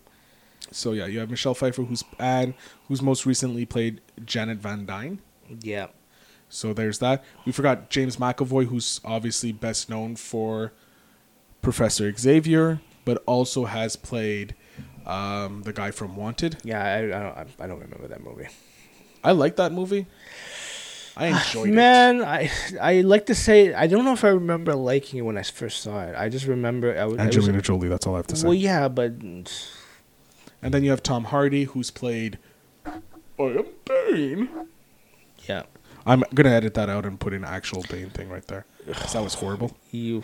Speaker 3: So yeah, you have Michelle Pfeiffer, who's and who's most recently played Janet Van Dyne.
Speaker 4: Yeah,
Speaker 3: So there's that. We forgot James McAvoy, who's obviously best known for Professor Xavier, but also has played um, the guy from Wanted.
Speaker 4: yeah. I, I don't I, I don't remember that movie.
Speaker 3: I like that movie. I enjoyed it.
Speaker 4: Man, I I like to say I don't know if I remember liking it when I first saw it. I just remember I was, I was-
Speaker 3: Angelina Jolie. That's all I have to say.
Speaker 4: Well, yeah, but
Speaker 3: And then you have Tom Hardy, who's played. I am Bane.
Speaker 4: yeah,
Speaker 3: I'm gonna edit that out and put an actual Bane thing right there. 'cause that was horrible.
Speaker 4: you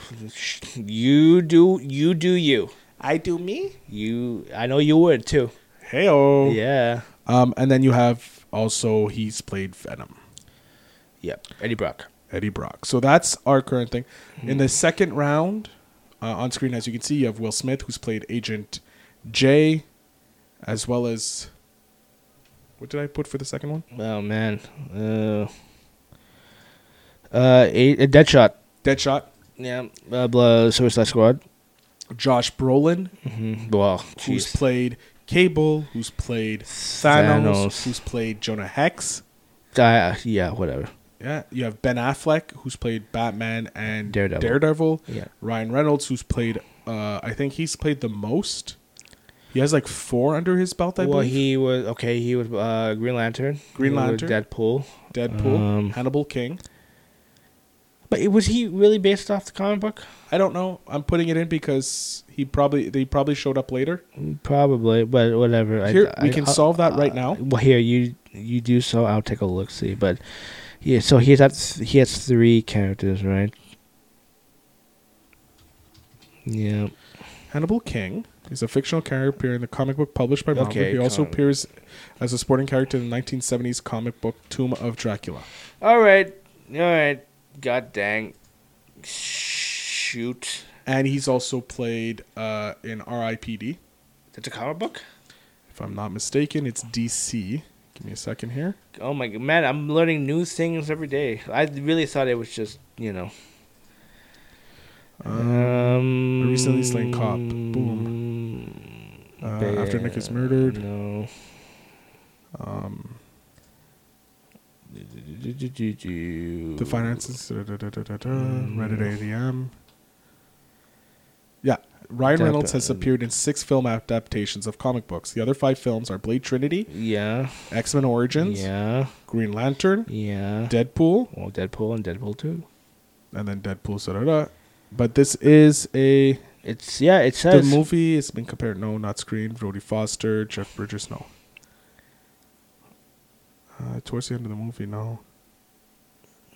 Speaker 4: you do you do you
Speaker 3: I do me.
Speaker 4: you. I know you would too.
Speaker 3: Hey oh.
Speaker 4: Yeah,
Speaker 3: Um, and then you have also he's played Venom,
Speaker 4: yep. Eddie Brock.
Speaker 3: Eddie Brock. So that's our current thing.
Speaker 4: Hmm.
Speaker 3: In the second round, uh, on screen as you can see, you have Will Smith who's played Agent J, as well as what did I put for the second one?
Speaker 4: Oh man, uh, uh, a, a Deadshot.
Speaker 3: Deadshot,
Speaker 4: Yeah, uh, blah, Suicide Squad.
Speaker 3: Josh Brolin
Speaker 4: Mm-hmm. Well,
Speaker 3: who's
Speaker 4: jeez.
Speaker 3: played Cable, who's played Thanos,
Speaker 4: Thanos.
Speaker 3: who's played Jonah Hex.
Speaker 4: Uh, yeah, whatever.
Speaker 3: Yeah, you have Ben Affleck, who's played Batman and
Speaker 4: Daredevil.
Speaker 3: Daredevil.
Speaker 4: Yeah.
Speaker 3: Ryan Reynolds, who's played, uh, I think he's played the most. He has like four under his belt, I
Speaker 4: well,
Speaker 3: believe.
Speaker 4: he was okay. He was uh, Green Lantern.
Speaker 3: Green
Speaker 4: He was
Speaker 3: Lantern.
Speaker 4: Deadpool.
Speaker 3: Deadpool,
Speaker 4: um,
Speaker 3: Hannibal King.
Speaker 4: But it- was he really based off the comic book?
Speaker 3: I don't know. I'm putting it in because he probably they probably showed up later.
Speaker 4: Probably, but whatever. I-
Speaker 3: Here,
Speaker 4: I,
Speaker 3: we can
Speaker 4: I-
Speaker 3: solve that right
Speaker 4: uh,
Speaker 3: now.
Speaker 4: Well, here you you do so. I'll take a look, see. But yeah, so he's at th- he has three characters, right? Yeah.
Speaker 3: Hannibal King is a fictional character in the comic book published by Marvel.
Speaker 4: Okay,
Speaker 3: he also
Speaker 4: comic.
Speaker 3: appears as a supporting character in the 1970s comic book Tomb of Dracula.
Speaker 4: All right. All right. God dang. Shoot.
Speaker 3: And he's also played uh, in R.I.P.D.
Speaker 4: That's a comic book.
Speaker 3: If I'm not mistaken, it's DC. Give me a second here.
Speaker 4: Oh my god, man! I'm learning new things every day. I really thought it was just you know.
Speaker 3: Uh,
Speaker 4: Um,
Speaker 3: a recently slain cop. Boom. Uh, after Nick is murdered,
Speaker 4: No. Um.
Speaker 3: the finances. Da, da, da, da, da, da,
Speaker 4: Mm.
Speaker 3: Reddit ADM. Yeah, Ryan
Speaker 4: Dep-
Speaker 3: Reynolds has appeared in six film adaptations of comic books. The other five films are Blade Trinity,
Speaker 4: Yeah.
Speaker 3: X Men Origins,
Speaker 4: Yeah.
Speaker 3: Green Lantern,
Speaker 4: Yeah.
Speaker 3: Deadpool,
Speaker 4: well, Deadpool and Deadpool Two.
Speaker 3: and then Deadpool. Da, da, da. But this is a
Speaker 4: It's yeah. It
Speaker 3: the
Speaker 4: says
Speaker 3: movie. It's been compared. No, not screened. Roddy Foster, Jeff Bridges. No. Uh, towards the end of the movie, no.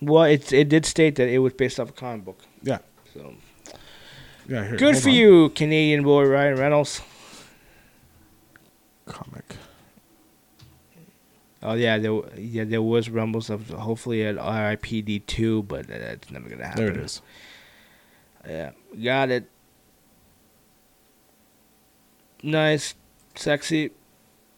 Speaker 4: Well, it it did state that it was based off a comic book.
Speaker 3: Yeah,
Speaker 4: So
Speaker 3: yeah. Here,
Speaker 4: good
Speaker 3: hold
Speaker 4: for
Speaker 3: on.
Speaker 4: you, Canadian boy Ryan Reynolds.
Speaker 3: Comic.
Speaker 4: Oh yeah, there w- yeah there was rumbles of hopefully at RIPD two, but uh, that's never gonna happen.
Speaker 3: There it is.
Speaker 4: Yeah, got it. Nice, sexy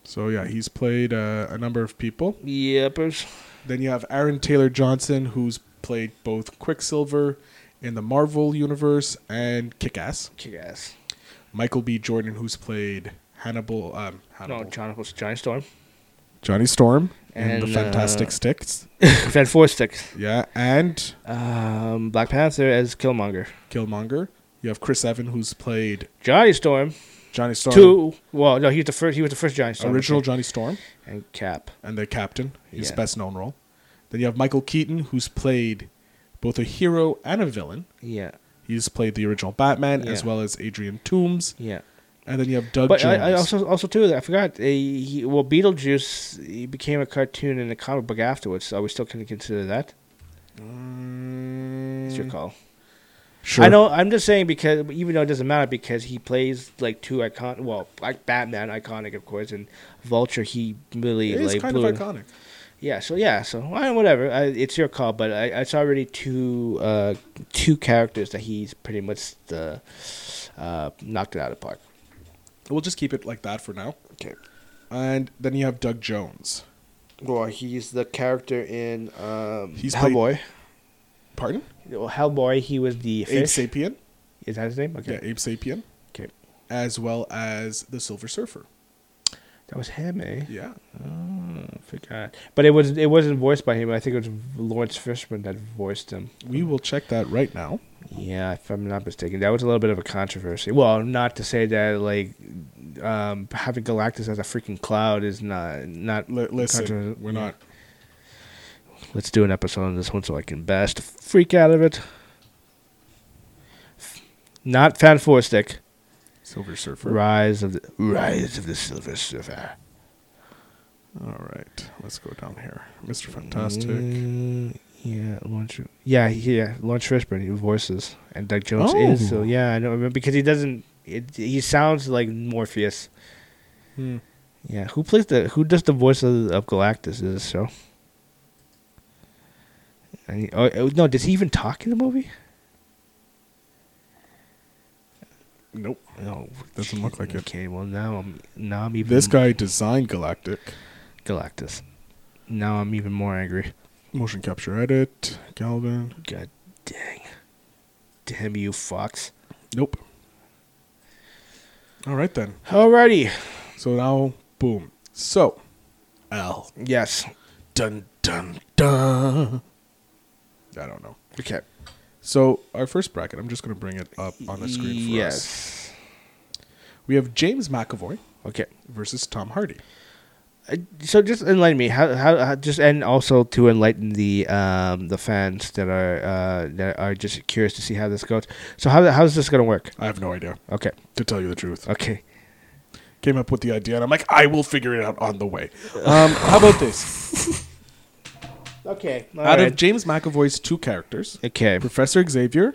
Speaker 3: So yeah, he's played uh, a number of people.
Speaker 4: yippers.
Speaker 3: Then you have Aaron Taylor Johnson, who's played both Quicksilver in the Marvel universe and Kick-Ass.
Speaker 4: Kick ass.
Speaker 3: Michael B. Jordan, who's played Hannibal, um,
Speaker 4: No,
Speaker 3: Hannibal,
Speaker 4: John was Giant Storm.
Speaker 3: Johnny Storm, and, the
Speaker 4: And,
Speaker 3: Fantastic
Speaker 4: uh,
Speaker 3: Sticks.
Speaker 4: Fed Four Sticks.
Speaker 3: Yeah, and
Speaker 4: Um, Black Panther as Killmonger.
Speaker 3: Killmonger. You have Chris Evan, who's played
Speaker 4: Johnny Storm
Speaker 3: Johnny Storm,
Speaker 4: two. Well, no, he was the first. He was the first Giant Storm.
Speaker 3: original
Speaker 4: okay.
Speaker 3: Johnny Storm,
Speaker 4: and Cap.
Speaker 3: and the Captain, his
Speaker 4: Yeah.
Speaker 3: best known role. Then you have Michael Keaton, who's played both a hero and a villain.
Speaker 4: Yeah,
Speaker 3: He's played the original Batman as
Speaker 4: Yeah.
Speaker 3: well as Adrian Toomes,
Speaker 4: yeah.
Speaker 3: and then you have Doug
Speaker 4: But
Speaker 3: Jones.
Speaker 4: I, I also also too I forgot. uh, He, well, Beetlejuice he became a cartoon and a comic book afterwards. So are we still going to consider that? It's your call.
Speaker 3: Mm. sure.
Speaker 4: I know. I'm just saying because even though it doesn't matter because he plays like two icon. Well, like Batman, iconic of course, and Vulture. He really
Speaker 3: it is
Speaker 4: like
Speaker 3: kind
Speaker 4: blew
Speaker 3: of
Speaker 4: it.
Speaker 3: iconic.
Speaker 4: Yeah. So yeah. So I, whatever. I, it's your call. But I, it's already two uh, two characters that he's pretty much the, uh, knocked it out of the park.
Speaker 3: We'll just keep it like that for now.
Speaker 4: Okay.
Speaker 3: And then you have Doug Jones.
Speaker 4: Well, he's the character in um,
Speaker 3: He's played-
Speaker 4: Hellboy.
Speaker 3: Pardon?
Speaker 4: Well, Hellboy. He was the
Speaker 3: Abe
Speaker 4: fish.
Speaker 3: Sapien.
Speaker 4: Is that his name? Okay.
Speaker 3: Yeah, Abe Sapien,
Speaker 4: Okay.
Speaker 3: as well as the Silver Surfer.
Speaker 4: That was him, eh?
Speaker 3: Yeah.
Speaker 4: Oh, I forgot. But it was it wasn't voiced by him. I think it was Lawrence Fishburne that voiced him.
Speaker 3: We will check that right now.
Speaker 4: Yeah, if I'm not mistaken, that was a little bit of a controversy. Well, not to say that like um, having Galactus as a freaking cloud is not not
Speaker 3: L- listen,
Speaker 4: controversial.
Speaker 3: we're not.
Speaker 4: Let's do an episode on this one so I can bash the freak out of it. Not Fan Four Stick.
Speaker 3: Silver Surfer.
Speaker 4: Rise of the Rise of the Silver Surfer.
Speaker 3: All right, let's go down here, Mister
Speaker 4: Mm-hmm.
Speaker 3: Fantastic.
Speaker 4: Mm, yeah, Lawrence. Yeah, yeah, Lawrence Fishburne. He voices and Doug Jones
Speaker 3: Oh.
Speaker 4: is. So yeah, I know remember because he doesn't. It, he sounds like Morpheus.
Speaker 3: Hmm.
Speaker 4: Yeah, who plays the who does the voice of, of Galactus in this show? And he, oh, oh, no, does he even talk in the movie?
Speaker 3: Nope.
Speaker 4: No,
Speaker 3: Doesn't look like it.
Speaker 4: Okay, well now I'm now I'm even
Speaker 3: This guy designed Galactic.
Speaker 4: Galactus. Now I'm even more angry.
Speaker 3: Motion capture edit. Galvin.
Speaker 4: God dang, damn you, Fox!
Speaker 3: Nope. All right then.
Speaker 4: Alrighty,
Speaker 3: So now, boom. So, L.
Speaker 4: yes,
Speaker 3: Dun dun dun. I don't know.
Speaker 4: okay,
Speaker 3: So our first bracket. I'm just gonna bring it up on the screen for us.
Speaker 4: yes,
Speaker 3: We have James McAvoy
Speaker 4: okay.
Speaker 3: versus Tom Hardy.
Speaker 4: Uh, so just enlighten me how, how how just and also to enlighten the um the fans that are uh that are just curious to see how this goes so how how's this gonna work
Speaker 3: I have no idea
Speaker 4: okay
Speaker 3: to tell you the truth.
Speaker 4: okay
Speaker 3: Came up with the idea, and I'm like, I will figure it out on the way. Um, how about this?
Speaker 4: okay
Speaker 3: out of James McAvoy's two characters,
Speaker 4: okay
Speaker 3: Professor Xavier,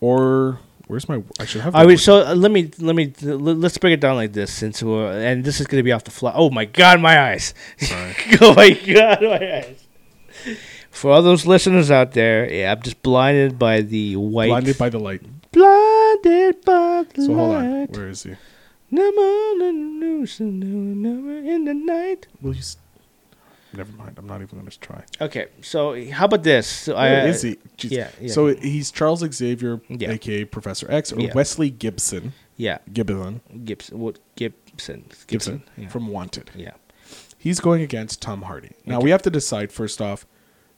Speaker 3: or where's my? I should have.
Speaker 4: all
Speaker 3: my-
Speaker 4: right so uh, let me let me l- let's break it down like this since we're, and this is gonna be off the fly oh my god my eyes oh my god my eyes for all those listeners out there yeah I'm just blinded by the white
Speaker 3: blinded by the light.
Speaker 4: blinded by the
Speaker 3: So hold on.
Speaker 4: light.
Speaker 3: Where is he?
Speaker 4: Never the news, never in the night.
Speaker 3: Will you? s Never mind. I'm not even going to try.
Speaker 4: Okay, so how about this? So I,
Speaker 3: Where is he? Jeez.
Speaker 4: yeah, yeah.
Speaker 3: So he's Charles Xavier,
Speaker 4: Yeah.
Speaker 3: aka Professor X, or
Speaker 4: Yeah.
Speaker 3: Wesley Gibson,
Speaker 4: Yeah,
Speaker 3: Gibbon,
Speaker 4: Gibson. What Gibson?
Speaker 3: Gibson,
Speaker 4: Yeah.
Speaker 3: from Wanted.
Speaker 4: yeah.
Speaker 3: He's going against Tom Hardy. Now we have to decide first off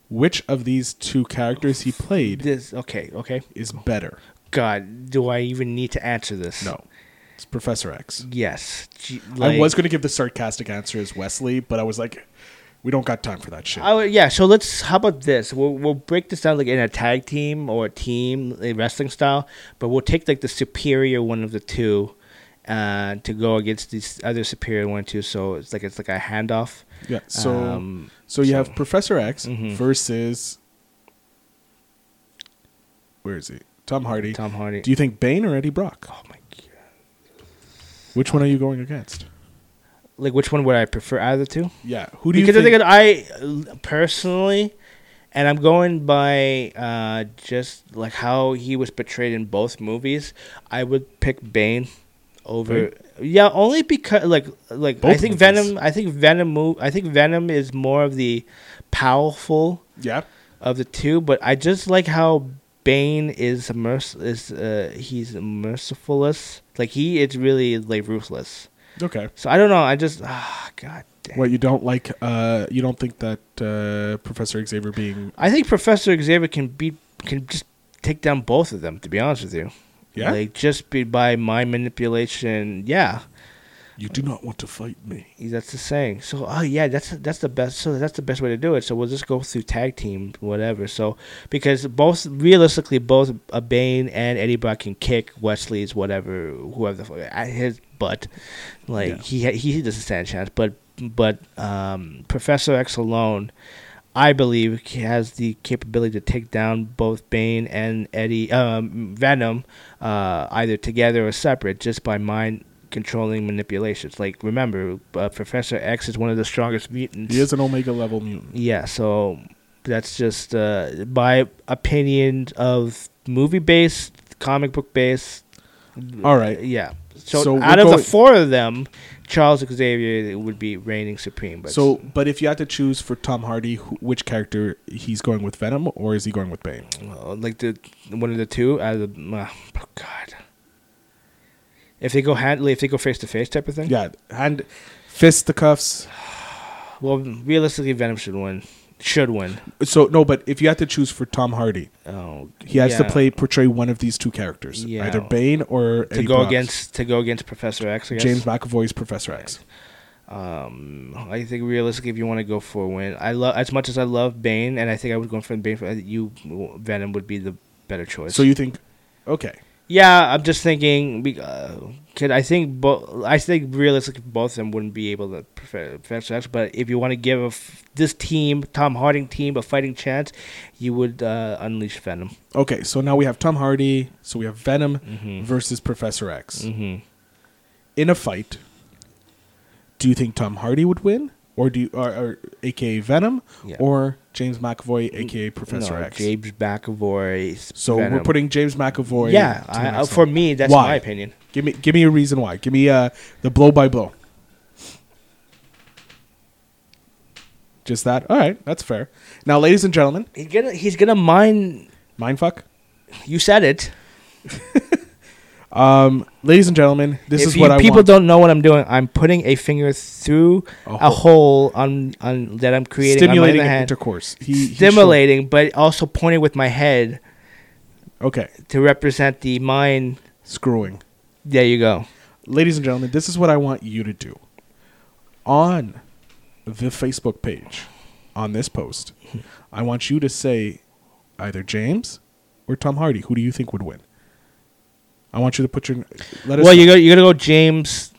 Speaker 3: which of these two characters he played
Speaker 4: This okay, okay.
Speaker 3: is better.
Speaker 4: God, do I even need to answer this?
Speaker 3: No, it's Professor X.
Speaker 4: Yes. Gee,
Speaker 3: I
Speaker 4: like-
Speaker 3: was going to give the sarcastic answer as Wesley, but I was like, we don't got time for that shit.
Speaker 4: I would- yeah. So let's. How about this? We'll we'll break this down like in a tag team or a team a wrestling style, but we'll take like the superior one of the two, uh, to go against this other superior one too. So it's like it's like a handoff.
Speaker 3: yeah. So
Speaker 4: um,
Speaker 3: so you
Speaker 4: so- Mm-hmm.
Speaker 3: have Professor X versus where is he? Tom Hardy.
Speaker 4: Tom Hardy.
Speaker 3: Do you think Bane or Eddie Brock?
Speaker 4: oh my god.
Speaker 3: Which one are you going against?
Speaker 4: like which one would I prefer out of the two?
Speaker 3: Yeah. Who do you
Speaker 4: because
Speaker 3: think?
Speaker 4: I think that I personally, and I'm going by uh, just like how he was portrayed in both movies. I would pick Bane over. Yeah, only because like like I
Speaker 3: Both
Speaker 4: think
Speaker 3: movies.
Speaker 4: Venom. I think Venom. Move, I think Venom is more of the powerful
Speaker 3: yeah.
Speaker 4: of the two, but I just like how Bane is merc- is uh, he's mercifulous. Like he is really like ruthless.
Speaker 3: Okay.
Speaker 4: So I don't know. I just ah god damn.
Speaker 3: What you don't like? Uh, you don't think that uh, Professor Xavier being
Speaker 4: I think Professor Xavier can beat can just take down both of them. To be honest with you,
Speaker 3: Yeah?
Speaker 4: like just be by mind manipulation. Yeah,
Speaker 3: you do not want to fight me?
Speaker 4: that's the saying. So oh yeah, that's that's the best. So that's the best way to do it. So we'll just go through tag team, whatever. So because both realistically, both uh, Bane and Eddie Brock can kick Wesley's whatever whoever the fuck at his butt. Like
Speaker 3: Yeah.
Speaker 4: he ha- he doesn't stand a chance. But but um, Professor X alone. I believe he has the capability to take down both Bane and Eddie um, Venom, uh, either together or separate, just by mind controlling manipulations. Like remember, uh, Professor X is one of the strongest mutants.
Speaker 3: He is an Omega level mutant.
Speaker 4: Yeah, so that's just uh, my opinion of movie based, comic book based.
Speaker 3: All right.
Speaker 4: Yeah. So,
Speaker 3: So we're
Speaker 4: out of the
Speaker 3: going-
Speaker 4: four of them, Charles Xavier would be reigning supreme. But
Speaker 3: So, but if you had to choose for Tom Hardy, who, which character he's going with Venom or is he going with Bane?
Speaker 4: Uh, like the one of the two out of the uh, oh god. If they go hand, like, if they go face to face type of thing,
Speaker 3: Yeah, hand, fist the cuffs.
Speaker 4: Well, realistically, Venom should win. Should win.
Speaker 3: So no, but if you had to choose for Tom Hardy,
Speaker 4: Oh,
Speaker 3: he has to
Speaker 4: yeah.
Speaker 3: play portray one of these two characters,
Speaker 4: Yeah.
Speaker 3: either Bane or
Speaker 4: to go against to go against Professor X. I guess.
Speaker 3: James McAvoy's Professor X.
Speaker 4: Um, I think realistically, if you want to go for a win, I love as much as I love Bane, and I think I would go for Bane. For, uh, you, Venom would be the better choice.
Speaker 3: So you think, okay,
Speaker 4: Yeah, I'm just thinking. be- Uh, could I think both? I think realistically, both of them wouldn't be able to perfect perfect X. But if you want to give a f- this team, Tom Harding team, a fighting chance, you would uh, unleash Venom.
Speaker 3: okay. So now we have Tom Hardy. So we have Venom
Speaker 4: Mhm.
Speaker 3: versus Professor X
Speaker 4: Mm-hmm.
Speaker 3: in a fight. Do you think Tom Hardy would win, or do you, or, or aka Venom,
Speaker 4: Yeah. Mm,
Speaker 3: or James McAvoy, aka Professor
Speaker 4: no,
Speaker 3: X?
Speaker 4: James McAvoy.
Speaker 3: so we're
Speaker 4: Venom.
Speaker 3: putting James McAvoy.
Speaker 4: Yeah,
Speaker 3: to the
Speaker 4: I, uh,
Speaker 3: next
Speaker 4: for
Speaker 3: level.
Speaker 4: me, that's
Speaker 3: Why?
Speaker 4: my opinion.
Speaker 3: Give me give me a reason why. Give me uh, the blow by blow. Just that. All right, that's fair. Now, ladies and gentlemen,
Speaker 4: He's gonna he's gonna mine.
Speaker 3: mindfuck.
Speaker 4: You said it.
Speaker 3: Ladies and gentlemen, this
Speaker 4: if
Speaker 3: is
Speaker 4: you,
Speaker 3: what I
Speaker 4: people
Speaker 3: want.
Speaker 4: don't know what I'm doing, I'm putting a finger through
Speaker 3: A
Speaker 4: a hole on, on that I'm creating. on my
Speaker 3: stimulating
Speaker 4: other hand.
Speaker 3: intercourse. He- he showed-
Speaker 4: stimulating, but also pointing with my head
Speaker 3: okay,
Speaker 4: to represent the mind.
Speaker 3: screwing.
Speaker 4: There you go.
Speaker 3: Ladies and gentlemen, this is what I want you to do. On the Facebook page, on this post, I want you to say either James or Tom Hardy. Who do you think would win? I want you to put your. Let us
Speaker 4: Well,
Speaker 3: know.
Speaker 4: you go, you're gonna go James,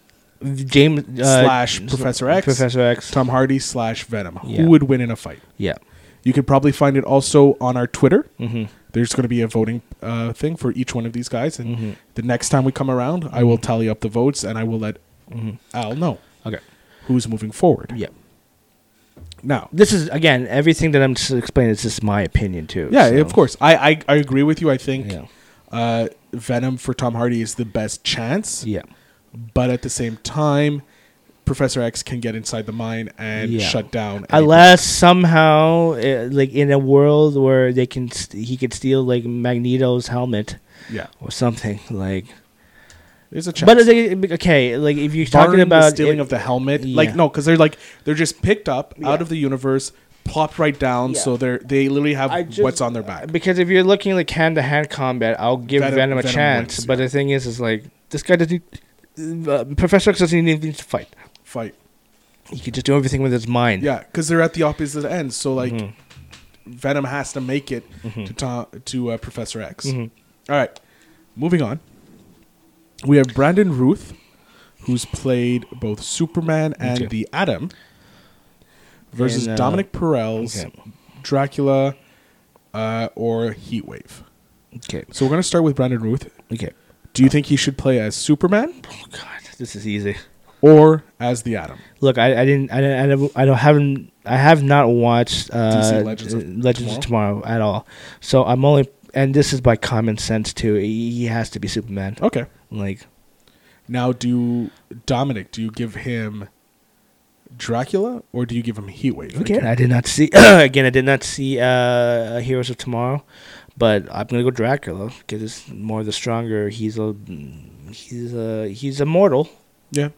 Speaker 4: James uh,
Speaker 3: slash Professor X,
Speaker 4: Professor X.
Speaker 3: Tom Hardy slash Venom.
Speaker 4: Yeah.
Speaker 3: Who would win in a fight?
Speaker 4: Yeah,
Speaker 3: You could probably find it also on our Twitter. Mm-hmm. There's going to be a voting uh, thing for each one of these guys, and
Speaker 4: Mm-hmm.
Speaker 3: the next time we come around, I will tally up the votes and I will let Al know
Speaker 4: Okay.
Speaker 3: who's moving forward.
Speaker 4: Mm-hmm. yeah.
Speaker 3: Now,
Speaker 4: This is again everything that I'm just explaining is just my opinion too.
Speaker 3: yeah,
Speaker 4: so-
Speaker 3: of course, I, I I agree with you. I think
Speaker 4: Yeah.
Speaker 3: uh, Venom for Tom Hardy is the best chance.
Speaker 4: Yeah,
Speaker 3: but at the same time. Professor X can get inside the mine and
Speaker 4: Yeah.
Speaker 3: shut down. any-
Speaker 4: unless somehow, uh, like in a world where they can, st- he could steal like Magneto's helmet
Speaker 3: yeah,
Speaker 4: or something like.
Speaker 3: there's a chance.
Speaker 4: But like, okay, like if you're talking
Speaker 3: barring
Speaker 4: about
Speaker 3: the stealing of
Speaker 4: it-
Speaker 3: the helmet.
Speaker 4: Yeah.
Speaker 3: Like no, because they're like they're just picked up out
Speaker 4: Yeah.
Speaker 3: of the universe, plopped right down.
Speaker 4: Yeah.
Speaker 3: So they're they literally have
Speaker 4: I just-
Speaker 3: what's on their back.
Speaker 4: Because if you're looking like hand to hand combat, I'll give
Speaker 3: Venom-
Speaker 4: Venom, a
Speaker 3: Venom
Speaker 4: chance.
Speaker 3: wins,
Speaker 4: but
Speaker 3: yeah.
Speaker 4: the thing is, is like this guy doesn't. Uh, Professor X doesn't even need to fight.
Speaker 3: Fight.
Speaker 4: He can just do everything with his mind.
Speaker 3: Yeah, because they're at the opposite end. So like,
Speaker 4: Mm-hmm.
Speaker 3: Venom has to make it to Tom, to uh, Professor X.
Speaker 4: Mm-hmm.
Speaker 3: All right, moving on. We have Brandon Ruth, who's played both Superman and
Speaker 4: Okay.
Speaker 3: the Atom, versus
Speaker 4: And, uh,
Speaker 3: Dominic Perel's
Speaker 4: okay.
Speaker 3: Dracula uh, or Heatwave.
Speaker 4: Okay.
Speaker 3: So we're gonna start with Brandon Ruth.
Speaker 4: Okay.
Speaker 3: Do you think he should play as Superman
Speaker 4: Oh God, this is easy.
Speaker 3: or as the Atom?
Speaker 4: Look, I, I didn't, I didn't, I don't- I don't haven't, I have not watched uh,
Speaker 3: DC Legends of
Speaker 4: uh, Legends of Tomorrow at all. So I'm only, and this is by common sense too. He, he has to be Superman.
Speaker 3: Okay.
Speaker 4: Like,
Speaker 3: Now, do Dominic? Do you give him Dracula or do you give him Heatwave?
Speaker 4: Again, I did not see. again, I did not see uh, Heroes of Tomorrow, but I'm gonna go Dracula because it's more the stronger. He's a he's a he's immortal.
Speaker 3: Yeah.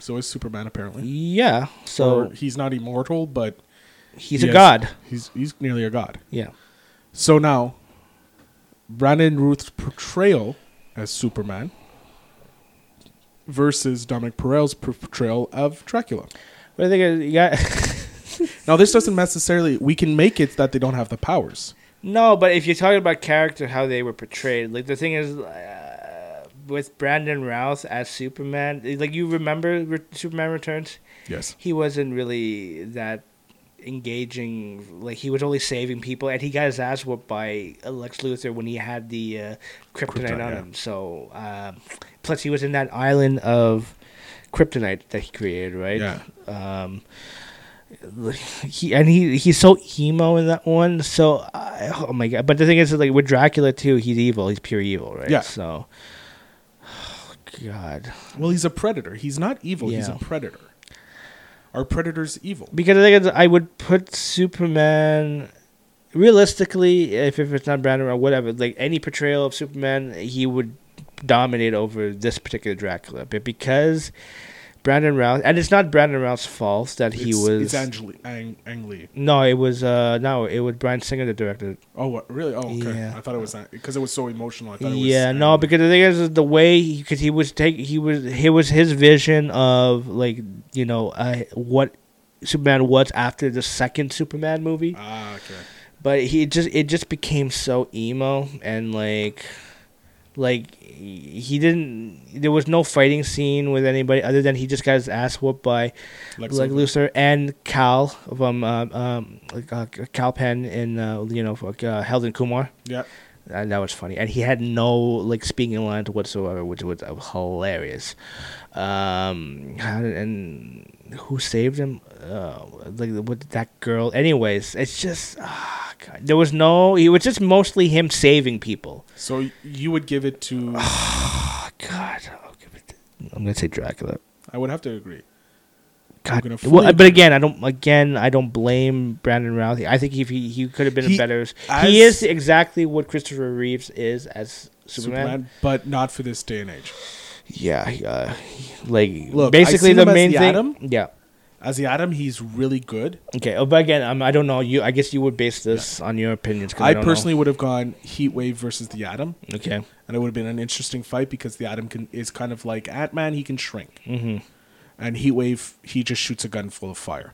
Speaker 3: So is Superman apparently.
Speaker 4: Yeah, so
Speaker 3: or he's not immortal, but
Speaker 4: he's
Speaker 3: he
Speaker 4: a
Speaker 3: has-
Speaker 4: god.
Speaker 3: He's he's nearly a god.
Speaker 4: Yeah,
Speaker 3: So now, Brandon Ruth's portrayal as Superman versus Dominic Perel's portrayal of Dracula.
Speaker 4: but I think you got
Speaker 3: Now, this doesn't necessarily we can make it that they don't have the powers.
Speaker 4: no. But if you're talking about character, how they were portrayed, like the thing is. Uh, with Brandon Routh as Superman, like you remember Re- Superman Returns,
Speaker 3: Yes.
Speaker 4: he wasn't really that engaging. Like he was only saving people, and he got his ass whooped by uh, Lex Luthor when he had the uh, kryptonite,
Speaker 3: Kryptonite,
Speaker 4: on
Speaker 3: yeah.
Speaker 4: him. So, um plus he was in that island of kryptonite that he created, right?
Speaker 3: Yeah.
Speaker 4: Um, he and he he's so emo in that one. So I, oh my god! But the thing is, like with Dracula too, he's evil. He's pure evil, right?
Speaker 3: Yeah.
Speaker 4: So. oh God,
Speaker 3: Well, he's a predator. He's not evil. He's a
Speaker 4: Yeah.
Speaker 3: predator. Are predators evil?
Speaker 4: Because I think it's, I would put Superman realistically, if, if it's not Brandon or whatever, like any portrayal of Superman, he would dominate over this particular Dracula. But because Brandon Rouse, and it's not Brandon Rouse's fault that he
Speaker 3: It's-
Speaker 4: was.
Speaker 3: It's Angel Ang, Ang Lee.
Speaker 4: no, it was uh no, it was Brian Singer that directed.
Speaker 3: Oh, what, really? Oh, okay.
Speaker 4: Yeah.
Speaker 3: I thought it was because it was so emotional. I thought it was
Speaker 4: Yeah,
Speaker 3: Ang
Speaker 4: no,
Speaker 3: Lee.
Speaker 4: because the thing is, is the way because he was take he was he was his vision of like you know uh, what Superman was after the second Superman movie.
Speaker 3: Ah, okay.
Speaker 4: but he just it just became so emo and like like he didn't there was no fighting scene with anybody other than he just got his ass whooped by Lex,
Speaker 3: Luthor.
Speaker 4: Luthor and Cal from um, um like uh, Cal Penn in uh, you know fuck, uh, Helden Kumar
Speaker 3: Yeah.
Speaker 4: and that was funny and he had no like speaking lines whatsoever which was uh, hilarious um how did, and who saved him uh like with that girl anyways it's just ah, God. there was no it was just mostly him saving people
Speaker 3: So you would give it to?
Speaker 4: oh god I'll give it to- i'm gonna say dracula
Speaker 3: I would have to agree.
Speaker 4: God,
Speaker 3: gonna
Speaker 4: well,
Speaker 3: fully-
Speaker 4: but again, I don't. Again, I don't blame Brandon Routh. I think if he, he could have been
Speaker 3: He-
Speaker 4: a better,
Speaker 3: as-
Speaker 4: he is exactly what Christopher Reeves is as Superman.
Speaker 3: Superman, but not for this day and age.
Speaker 4: Yeah, uh, like
Speaker 3: Look, I
Speaker 4: basically
Speaker 3: seen
Speaker 4: the
Speaker 3: him as
Speaker 4: main
Speaker 3: the
Speaker 4: thing.
Speaker 3: Atom.
Speaker 4: Yeah.
Speaker 3: As the Atom, he's really good.
Speaker 4: Okay, oh, but again, um, I don't know. You, I guess you would base this on your opinions. 'cause
Speaker 3: I,
Speaker 4: don't know.
Speaker 3: personally would have gone Heat Wave versus the Atom,
Speaker 4: okay.
Speaker 3: and it would have been an interesting fight because the Atom can, is kind of like Ant Man; he can shrink, mm-hmm. and Heat Wave he just shoots a gun full of fire,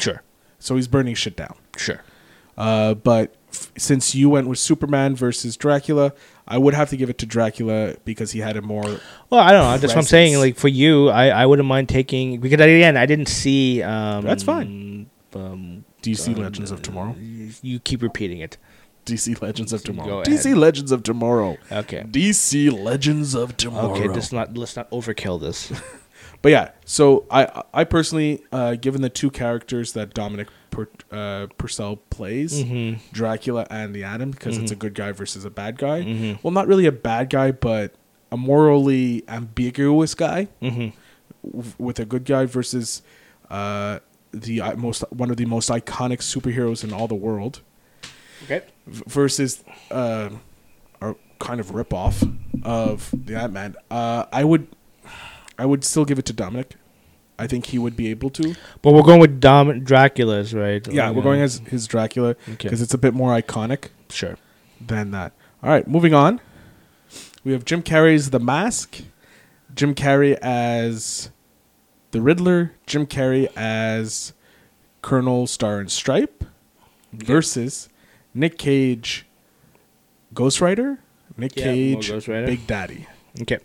Speaker 4: Sure,
Speaker 3: so he's burning shit down.
Speaker 4: sure.
Speaker 3: Uh, but f- since you went with Superman versus Dracula, I would have to give it to Dracula because he had a more
Speaker 4: Well, I don't know. That's what I'm saying.
Speaker 3: Presence.
Speaker 4: Like for you, I, I wouldn't mind taking because again, I didn't see. Um,
Speaker 3: That's fine.
Speaker 4: Um,
Speaker 3: DC Legends of Tomorrow.
Speaker 4: you keep repeating it.
Speaker 3: DC Legends of Tomorrow.
Speaker 4: ahead.
Speaker 3: DC Legends of Tomorrow.
Speaker 4: Okay.
Speaker 3: DC Legends of Tomorrow.
Speaker 4: Okay, let's not let's not overkill this.
Speaker 3: But yeah, so I I personally, uh, given the two characters that Dominic per, uh, Purcell plays, Dracula and the Atom, because it's a good guy versus a bad guy. Well, not really a bad guy, but a morally ambiguous guy w- with a good guy versus uh, the i- most one of the most iconic superheroes in all the world
Speaker 4: okay.
Speaker 3: v- versus uh, a kind of ripoff of the Ant Man. Uh, I would, I would still give it to Dominic. I think he would be able to.
Speaker 4: But we're going with Dom Dracula's, right?
Speaker 3: Yeah, we're going as his Dracula
Speaker 4: Okay.
Speaker 3: because it's a bit more iconic
Speaker 4: sure.
Speaker 3: than that. All right, moving on. We have Jim Carrey's The Mask, Jim Carrey as the Riddler, Jim Carrey as Colonel Star and Stripe versus Nick Cage, Ghost Rider, Nick
Speaker 4: Yeah, more
Speaker 3: Cage,
Speaker 4: Ghost Rider.
Speaker 3: Big Daddy.
Speaker 4: Okay.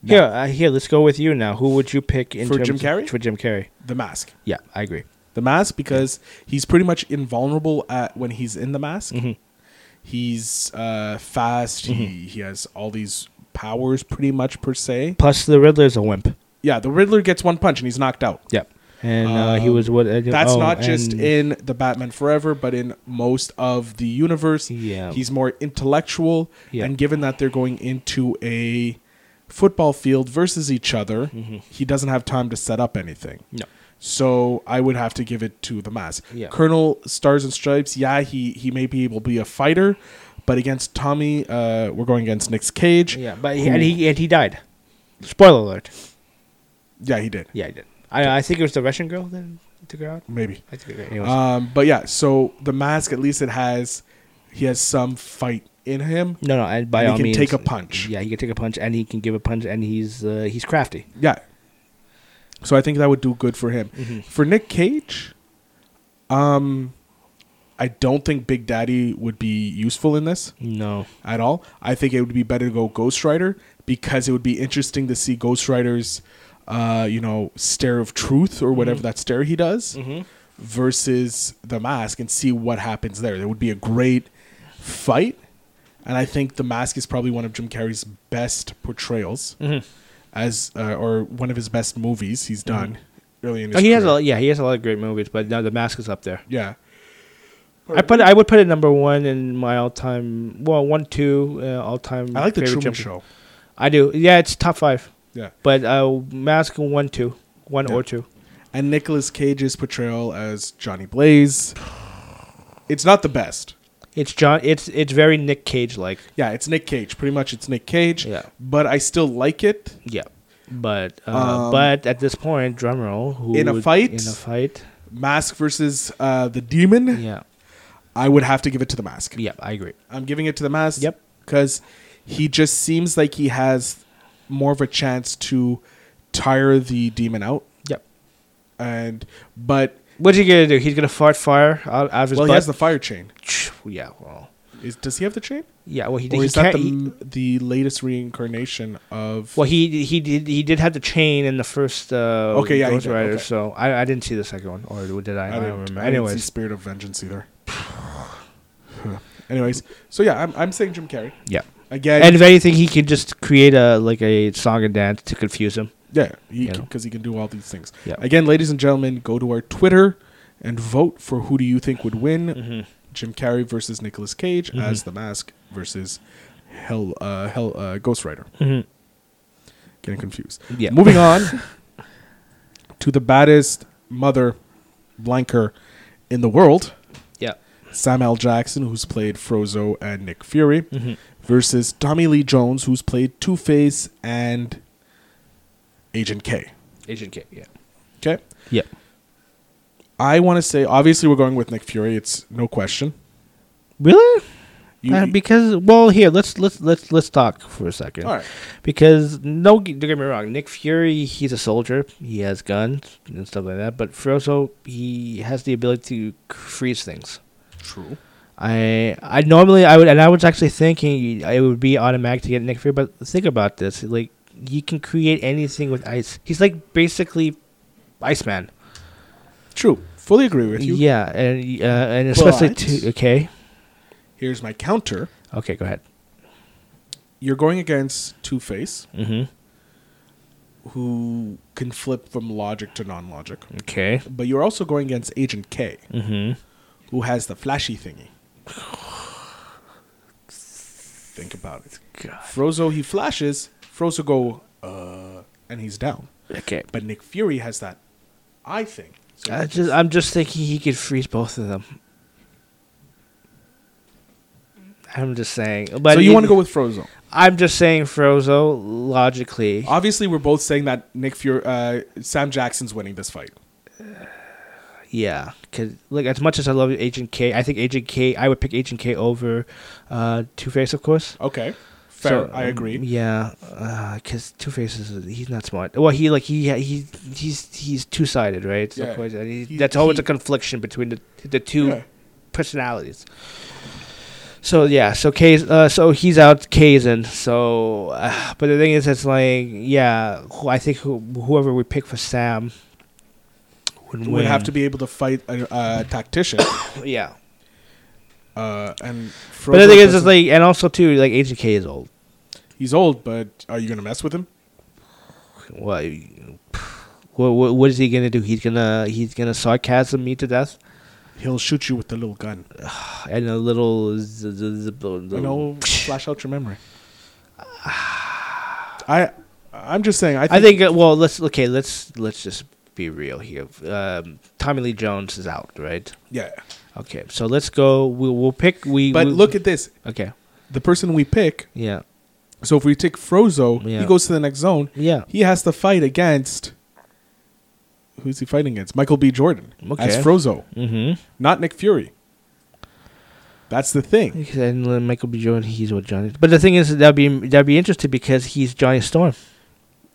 Speaker 4: Yeah, uh, here. Let's go with you now. Who would you pick in
Speaker 3: For
Speaker 4: terms
Speaker 3: Jim
Speaker 4: of-
Speaker 3: Carrey?
Speaker 4: for Jim Carrey?
Speaker 3: The Mask.
Speaker 4: Yeah, I agree.
Speaker 3: The Mask because he's pretty much invulnerable at when he's in the mask.
Speaker 4: Mm-hmm.
Speaker 3: He's uh, fast. He he has all these powers pretty much per se.
Speaker 4: Plus, the Riddler's a wimp.
Speaker 3: Yeah, the Riddler gets one punch and he's knocked out.
Speaker 4: Yep. And uh, he was what? Uh,
Speaker 3: Um, That's
Speaker 4: oh,
Speaker 3: not just
Speaker 4: and-
Speaker 3: in the Batman Forever, but in most of the universe.
Speaker 4: Yeah.
Speaker 3: He's more intellectual.
Speaker 4: Yeah.
Speaker 3: And given that they're going into a football field versus each other,
Speaker 4: Mm-hmm.
Speaker 3: he doesn't have time to set up anything.
Speaker 4: No.
Speaker 3: So I would have to give it to the mask.
Speaker 4: Yeah.
Speaker 3: Colonel Stars and Stripes, yeah, he, he may be able to be a fighter, but against Tommy, uh, we're going against Nick Cage.
Speaker 4: Yeah, but he, and he and he died. Spoiler alert.
Speaker 3: Yeah, he did.
Speaker 4: Yeah, he did. I I think it was the Russian girl that took her out.
Speaker 3: Maybe.
Speaker 4: I think. It, anyways.
Speaker 3: Um, but yeah, so the mask at least it has he has some fight in him.
Speaker 4: no, no, and by
Speaker 3: and he
Speaker 4: all
Speaker 3: can
Speaker 4: means,
Speaker 3: take a punch.
Speaker 4: Yeah, he can take a punch, and he can give a punch, and he's uh, he's crafty.
Speaker 3: Yeah. So I think that would do good for him. For Nick Cage, um I don't think Big Daddy would be useful in this
Speaker 4: No,
Speaker 3: at all. I think it would be better to go Ghost Rider because it would be interesting to see Ghost Rider's uh, you know, stare of truth or whatever that stare he does versus the mask and see what happens there. There would be a great fight. And I think the mask is probably one of Jim Carrey's best portrayals as uh, or one of his best movies he's done early in his
Speaker 4: oh, he
Speaker 3: career.
Speaker 4: has a yeah, he has a lot of great movies, but no, the mask is up there.
Speaker 3: yeah.
Speaker 4: I put I would put it number one in my all time. Well, one, two, uh, all time.
Speaker 3: I like the
Speaker 4: favorite
Speaker 3: Truman
Speaker 4: Jim-
Speaker 3: Show.
Speaker 4: I do. Yeah, it's top five,
Speaker 3: Yeah.
Speaker 4: but uh, mask one, two, one
Speaker 3: Yeah.
Speaker 4: or two.
Speaker 3: and Nicolas Cage's portrayal as Johnny Blaze. It's not the best.
Speaker 4: It's John. It's it's very Nick Cage like.
Speaker 3: Yeah, it's Nick Cage. Pretty much it's Nick Cage.
Speaker 4: Yeah.
Speaker 3: But I still like it.
Speaker 4: Yeah. But uh,
Speaker 3: Um,
Speaker 4: but at this point, drumroll. Who
Speaker 3: in a
Speaker 4: would-
Speaker 3: fight?
Speaker 4: In a fight.
Speaker 3: Mask versus uh, the demon.
Speaker 4: Yeah.
Speaker 3: I would have to give it to the mask.
Speaker 4: Yep. I agree.
Speaker 3: I'm giving it to the mask.
Speaker 4: Yep.
Speaker 3: Because he just seems like he has more of a chance to tire the demon out,
Speaker 4: Yep.
Speaker 3: and but
Speaker 4: What's he gonna do? He's gonna fart fire out, out of his
Speaker 3: well,
Speaker 4: butt.
Speaker 3: he has the fire chain.
Speaker 4: yeah. Well.
Speaker 3: Is, does he have the chain?
Speaker 4: Yeah. Well, he,
Speaker 3: Or
Speaker 4: he
Speaker 3: is that
Speaker 4: can't.
Speaker 3: the,
Speaker 4: he-
Speaker 3: the latest reincarnation of?
Speaker 4: well, he he did he did have the chain in the first uh,
Speaker 3: Okay, yeah, he
Speaker 4: Ghost
Speaker 3: did,
Speaker 4: Rider,
Speaker 3: okay.
Speaker 4: so I, I didn't see the second one, or did I? I,
Speaker 3: I
Speaker 4: don't
Speaker 3: didn't,
Speaker 4: remember.
Speaker 3: I didn't see
Speaker 4: Anyways,
Speaker 3: Spirit of Vengeance either. Anyways, so yeah, I'm, I'm saying Jim Carrey
Speaker 4: yeah.
Speaker 3: again.
Speaker 4: And if anything, he could just create a like a song and dance to confuse him.
Speaker 3: Yeah, he
Speaker 4: You know?
Speaker 3: because he can do all these things.
Speaker 4: Yeah.
Speaker 3: Again, ladies and gentlemen, go to our Twitter and vote for who do you think would win:
Speaker 4: Mm-hmm.
Speaker 3: Jim Carrey versus Nicolas Cage as the Mask versus Hell uh, Hell uh, Ghost Rider. Getting confused.
Speaker 4: Mm-hmm. Yeah.
Speaker 3: Moving on to the baddest mother blanker in the world.
Speaker 4: Yeah.
Speaker 3: Sam L. Jackson, who's played Frozo and Nick Fury, versus Tommy Lee Jones, who's played Two Face and Agent K.
Speaker 4: Agent K. Yeah.
Speaker 3: Okay.
Speaker 4: Yeah.
Speaker 3: I want to say, obviously, we're going with Nick Fury. It's no question.
Speaker 4: Really?
Speaker 3: You-
Speaker 4: Uh, because well, here let's let's let's let's talk for a second.
Speaker 3: All right.
Speaker 4: Because no, don't get me wrong. Nick Fury, he's a soldier. He has guns and stuff like that. But Frozo, he has the ability to freeze things.
Speaker 3: True.
Speaker 4: I I normally I would and I was actually thinking it would be automatic to get Nick Fury, but think about this: like he can create anything with ice. He's like basically Iceman.
Speaker 3: True. Fully agree with you.
Speaker 4: Yeah, and uh, and especially
Speaker 3: But-
Speaker 4: to okay,
Speaker 3: Here's my counter.
Speaker 4: okay, go ahead.
Speaker 3: You're going against Two Face,
Speaker 4: Mm-hmm.
Speaker 3: who can flip from logic to non logic.
Speaker 4: Okay.
Speaker 3: But you're also going against Agent K,
Speaker 4: Mm-hmm.
Speaker 3: who has the flashy thingy. Think about it. Frozo, he flashes. Frozo go, uh, and he's down.
Speaker 4: Okay.
Speaker 3: But Nick Fury has that I thing. So
Speaker 4: I just, I'm just thinking he could freeze both of them. I'm just saying. But
Speaker 3: so you
Speaker 4: it-
Speaker 3: want to go with Frozo?
Speaker 4: I'm just saying Frozo logically.
Speaker 3: Obviously, we're both saying that Nick Fury, uh, Sam Jackson's winning this fight.
Speaker 4: Yeah, because like as much as I love Agent K, I think Agent K, I would pick Agent K over uh, Two Face, of course.
Speaker 3: Okay, fair.
Speaker 4: So,
Speaker 3: I
Speaker 4: um,
Speaker 3: agree.
Speaker 4: Yeah, because Two Face is he's not smart. Well, he like he he he's he's two sided, right? So,
Speaker 3: Yeah.
Speaker 4: of course, and he-
Speaker 3: He-
Speaker 4: that's always
Speaker 3: he-
Speaker 4: a confliction between the the two
Speaker 3: Yeah.
Speaker 4: personalities. So yeah, so K's uh, so he's out K's in. So, uh, but the thing is, it's like yeah, who, I think who, whoever we pick for Sam would,
Speaker 3: Would have to be able to fight a, a tactician,
Speaker 4: yeah.
Speaker 3: uh, and Frozo
Speaker 4: But the thing is, it's
Speaker 3: doesn't-
Speaker 4: like, and also too, like Agent K is old.
Speaker 3: he's old. But are you gonna mess with him?
Speaker 4: What, what, what- what is he gonna do? He's gonna, he's gonna sarcasm me to death,
Speaker 3: He'll shoot you with the little gun.
Speaker 4: and a little, z- z- z- bl-
Speaker 3: You know,
Speaker 4: bl-
Speaker 3: flash out your memory. I, I'm just saying. I think,
Speaker 4: I think. uh, Well, let's okay. Let's let's just be real here. Um, Tommy Lee Jones is out, right?
Speaker 3: yeah.
Speaker 4: Okay, so let's go. We'll, we'll pick. We Uh,
Speaker 3: But
Speaker 4: we-
Speaker 3: look at this.
Speaker 4: Okay.
Speaker 3: The person we pick.
Speaker 4: Yeah.
Speaker 3: So if we take Frozo,
Speaker 4: Yeah.
Speaker 3: he goes to the next zone.
Speaker 4: Yeah.
Speaker 3: He has to fight against. Who's he fighting against? Michael B. Jordan as
Speaker 4: Okay.
Speaker 3: Frozo,
Speaker 4: Mm-hmm.
Speaker 3: not Nick Fury. That's the thing.
Speaker 4: And then Michael B. Jordan, he's with Johnny. But the thing is, that'd be that'd be interesting because he's Johnny Storm.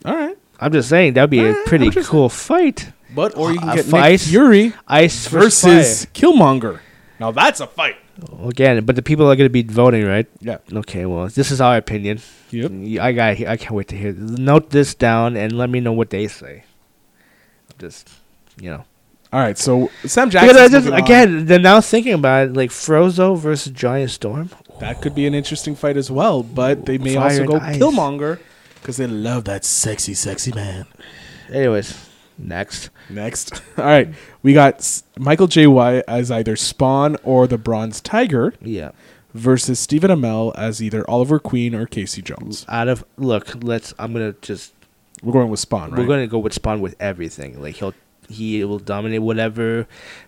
Speaker 3: All right,
Speaker 4: I'm just saying that'd be a
Speaker 3: Eh,
Speaker 4: pretty
Speaker 3: I'm just-
Speaker 4: cool fight.
Speaker 3: but or you
Speaker 4: Uh,
Speaker 3: can get Nick
Speaker 4: fight
Speaker 3: Fury
Speaker 4: Ice
Speaker 3: versus
Speaker 4: versus
Speaker 3: Killmonger. Now that's a fight.
Speaker 4: again, but the people are going to be voting, right?
Speaker 3: Yeah.
Speaker 4: Okay, well, this is our opinion.
Speaker 3: Yep.
Speaker 4: I got. I can't wait to hear. Note this down and let me know what they say. I'm just, you know,
Speaker 3: All right. So Sam
Speaker 4: because
Speaker 3: Jackson
Speaker 4: I just, again, then now thinking about it, like Frozo versus Giant Storm.
Speaker 3: that could be an interesting fight as well. But they may
Speaker 4: Fire
Speaker 3: also
Speaker 4: and
Speaker 3: go
Speaker 4: ice.
Speaker 3: Killmonger because they love that sexy, sexy man.
Speaker 4: Anyways, next.
Speaker 3: Next. All right. We got S- Michael J. White as either Spawn or the Bronze Tiger
Speaker 4: Yeah.
Speaker 3: versus Stephen Amell as either Oliver Queen or Casey Jones.
Speaker 4: Out of look, let's. I'm gonna just.
Speaker 3: We're going with Spawn, right?
Speaker 4: We're gonna go with Spawn with everything. Like he'll he will dominate whatever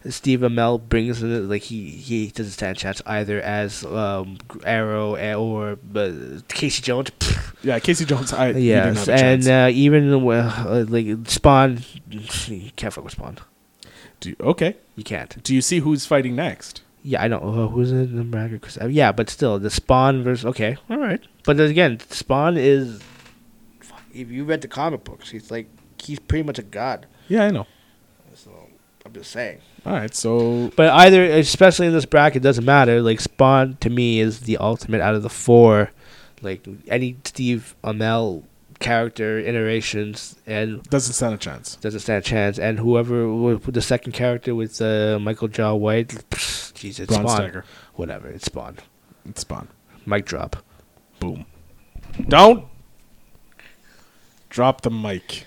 Speaker 4: Steve Amell brings. In it. Like he he doesn't stand a chance either as um, Arrow and- or uh, Casey Jones. Pfft,
Speaker 3: Yeah, Casey Jones. I he didn't
Speaker 4: yes,
Speaker 3: have a chance.
Speaker 4: and uh, even well, uh, like Spawn, you can't fuck with Spawn. uh,
Speaker 3: Do you- okay.
Speaker 4: You can't.
Speaker 3: Do you see who's fighting next?
Speaker 4: Yeah, I know. Uh, who's in the bracket? Chris- uh, Yeah, but still, the Spawn versus. Okay, all right. But then again, Spawn is. fuck, If you read the comic books, he's like he's pretty much a god.
Speaker 3: Yeah, I know.
Speaker 4: So I'm just saying.
Speaker 3: All right, so
Speaker 4: But either, especially in this bracket, doesn't matter. Like Spawn to me is the ultimate out of the four. Like any Steve Amell character iterations and
Speaker 3: doesn't stand a chance.
Speaker 4: doesn't stand a chance. And whoever with the second character with uh, Michael Jaw White, pfft, jeez, it's
Speaker 3: Braun
Speaker 4: Spawn.
Speaker 3: Steiger.
Speaker 4: Whatever, it's Spawn.
Speaker 3: It's Spawn.
Speaker 4: Mic drop.
Speaker 3: Boom. Don't drop the mic.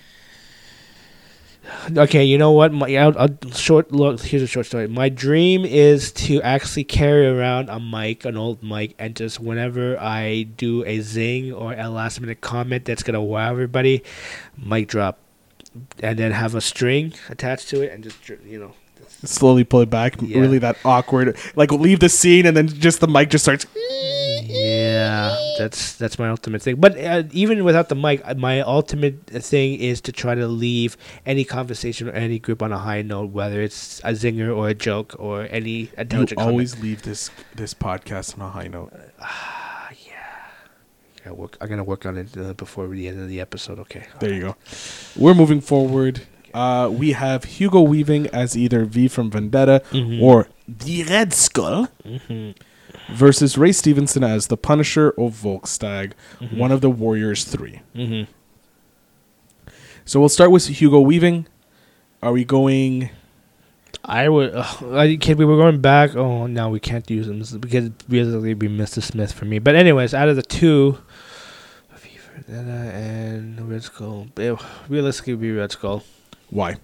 Speaker 4: Okay, you know what? My I'll, I'll short look. Here's a short story. My dream is to actually carry around a mic, an old mic, and just whenever I do a zing or a last minute comment that's gonna wow everybody, mic drop, and then have a string attached to it, and just dr- you know,
Speaker 3: Slowly pull it back.
Speaker 4: Yeah.
Speaker 3: Really, that awkward. Like leave the scene, and then just the mic just starts.
Speaker 4: yeah, that's that's my ultimate thing. But uh, even without the mic, uh, my ultimate thing is to try to leave any conversation or any group on a high note, whether it's a zinger or a joke or any
Speaker 3: You
Speaker 4: intelligent comment.
Speaker 3: always leave this this podcast on a high note.
Speaker 4: I work, I'm gonna work on it uh, before the end of the episode. Okay.
Speaker 3: There you go. We're moving forward. Uh, we have Hugo Weaving as either V from Vendetta
Speaker 4: Mm-hmm.
Speaker 3: or the Red Skull versus Ray Stevenson as the Punisher of Volkstag, one of the Warriors 3.
Speaker 4: Mm-hmm.
Speaker 3: So we'll start with Hugo Weaving. Are we going.
Speaker 4: I would. Uh, I can we were going back. Oh, now we can't use him s- because basically we missed the Smith for me. But anyways, out of the two, Fever, Vendetta and Red Skull. eh, Realistically, it'd be Red Skull.
Speaker 3: Why?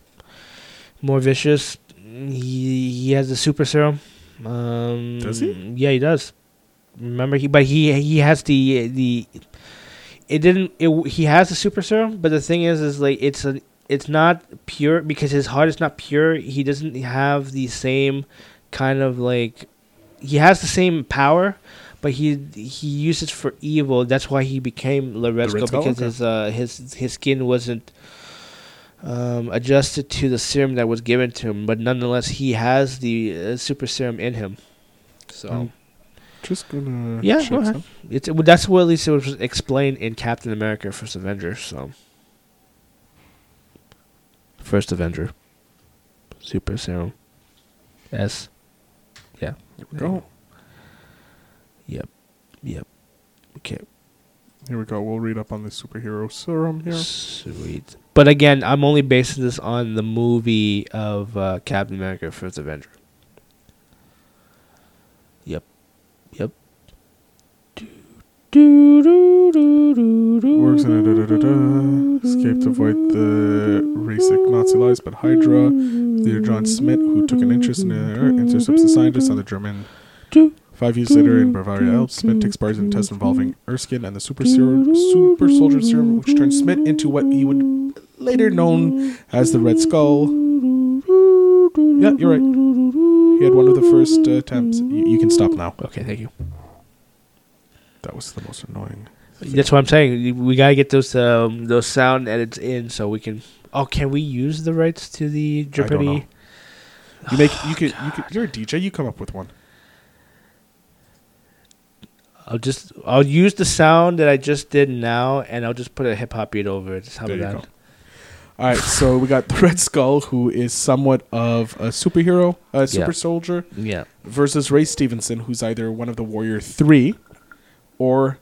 Speaker 4: More vicious. He he has the super serum. Um,
Speaker 3: Does he?
Speaker 4: Yeah, he does. Remember he, but he he has the the. It didn't. It w- he has the super serum, but the thing is, is like it's an it's not pure because his heart is not pure. He doesn't have the same kind of like he has the same power, but he he used it for evil. That's why he became La Red
Speaker 3: Red
Speaker 4: Skull
Speaker 3: Skull,
Speaker 4: because
Speaker 3: okay.
Speaker 4: his uh his his skin wasn't um adjusted to the serum that was given to him. But nonetheless, he has the uh, super serum in him. So
Speaker 3: Mm. Just gonna.
Speaker 4: Yeah,
Speaker 3: check
Speaker 4: go ahead.
Speaker 3: some.
Speaker 4: it's well, that's what at least it was explained in Captain America: First Avenger. So First Avenger, super serum, S. Yeah.
Speaker 3: Here we go.
Speaker 4: Yep. Yep. Okay.
Speaker 3: Here we go. We'll read up on the superhero serum here.
Speaker 4: Sweet. But again, I'm only basing this on the movie of uh, Captain America: First Avenger. Yep. Yep.
Speaker 3: Works in a da da da da. Escaped to avoid the racist Nazi lies, but Hydra leader John Smith, who took an interest in her, intercepts the scientist on the German. Five years later, in Bavaria Alps, Smith takes part in a test involving Erskine and the super, serum, super soldier serum, which turns Smith into what he would later known as the Red Skull. Yeah, you're right. He had one of the first uh, attempts. You, you can stop now.
Speaker 4: Okay, thank you.
Speaker 3: That was the most annoying.
Speaker 4: That's what I'm saying. We gotta get those um, those sound edits in so we can. Oh, can we use the rights to the
Speaker 3: I don't know.
Speaker 4: Jeopardy?
Speaker 3: You make you could you could you're a DJ. You come up with one.
Speaker 4: I'll just I'll use the sound that I just did now, and I'll just put a hip hop beat over it. Just How
Speaker 3: There you
Speaker 4: about
Speaker 3: go. All right, so we got the Red Skull, who is somewhat of a superhero, a super
Speaker 4: Yeah.
Speaker 3: soldier,
Speaker 4: that? Yeah.
Speaker 3: versus Ray Stevenson, who's either one of the Warrior Three or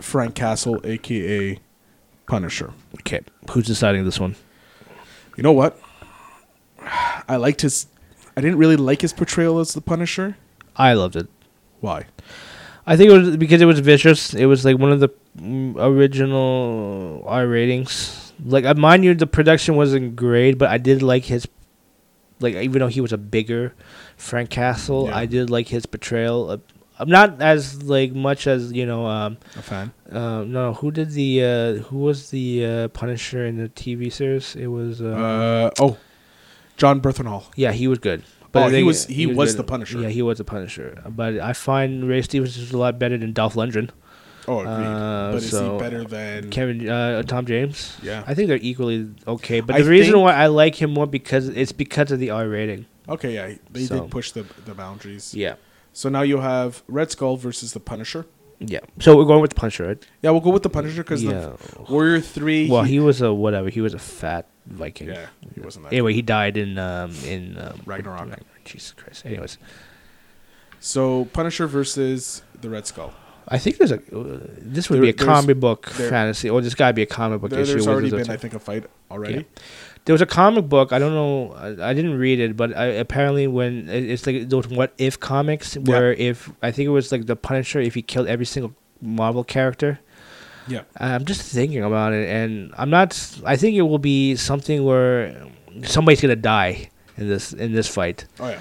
Speaker 3: Frank Castle, aka Punisher.
Speaker 4: Okay. Who's deciding this one?
Speaker 3: You know what? I liked his. I didn't really like his portrayal as the Punisher.
Speaker 4: I loved it.
Speaker 3: Why?
Speaker 4: I think it was because it was vicious. It was like one of the mm, original R ratings. Like, I mind you, the production wasn't great, but I did like his. Like, even though he was a bigger Frank Castle,
Speaker 3: Yeah.
Speaker 4: I did like his portrayal. of- I'm not as like much as you know. Um,
Speaker 3: A fan.
Speaker 4: uh, no, who did the uh, who was the uh, Punisher in the TV series? It was uh,
Speaker 3: Uh, oh, John Berthenhall.
Speaker 4: Yeah, he was good.
Speaker 3: Oh,
Speaker 4: I
Speaker 3: he
Speaker 4: think-
Speaker 3: was- he was
Speaker 4: good.
Speaker 3: the Punisher.
Speaker 4: Yeah, he was the Punisher. But I find Ray Stevens is a lot better than Dolph Lundgren,
Speaker 3: Oh, agreed.
Speaker 4: Uh,
Speaker 3: but is
Speaker 4: so-
Speaker 3: he better than?
Speaker 4: Kevin, uh, Tom James.
Speaker 3: Yeah.
Speaker 4: I think they're equally okay. But
Speaker 3: I
Speaker 4: the reason
Speaker 3: think-
Speaker 4: why I like him more because it's because of the R rating.
Speaker 3: okay, yeah, they
Speaker 4: So-
Speaker 3: did push the the boundaries.
Speaker 4: Yeah,
Speaker 3: So now you have Red Skull versus the Punisher.
Speaker 4: yeah. So we're going with the Punisher. Right?
Speaker 3: Yeah, we'll go with the Punisher because
Speaker 4: Yeah.
Speaker 3: the Warrior Three.
Speaker 4: Well, he was a whatever. He was a fat Viking.
Speaker 3: yeah, he wasn't that.
Speaker 4: Anyway, he died in um, in um,
Speaker 3: Ragnarok.
Speaker 4: Jesus Christ. Anyways,
Speaker 3: So Punisher versus the Red Skull.
Speaker 4: I think there's a uh, this would
Speaker 3: There-
Speaker 4: be a
Speaker 3: there's-
Speaker 4: comic book
Speaker 3: there-
Speaker 4: fantasy, or there's got to be a comic book
Speaker 3: There,
Speaker 4: issue.
Speaker 3: there's
Speaker 4: with
Speaker 3: already
Speaker 4: this
Speaker 3: been,
Speaker 4: or
Speaker 3: I think, a fight already.
Speaker 4: Yeah. There was a comic book. I don't know. I, I didn't read it, but I, apparently, when it- it's like those what if comics, where if I think it was like the Punisher, if he killed every single Marvel character.
Speaker 3: Yeah.
Speaker 4: I'm just thinking about it, and I'm not. s- I think it will be something where somebody's gonna die in this in this fight.
Speaker 3: Oh yeah.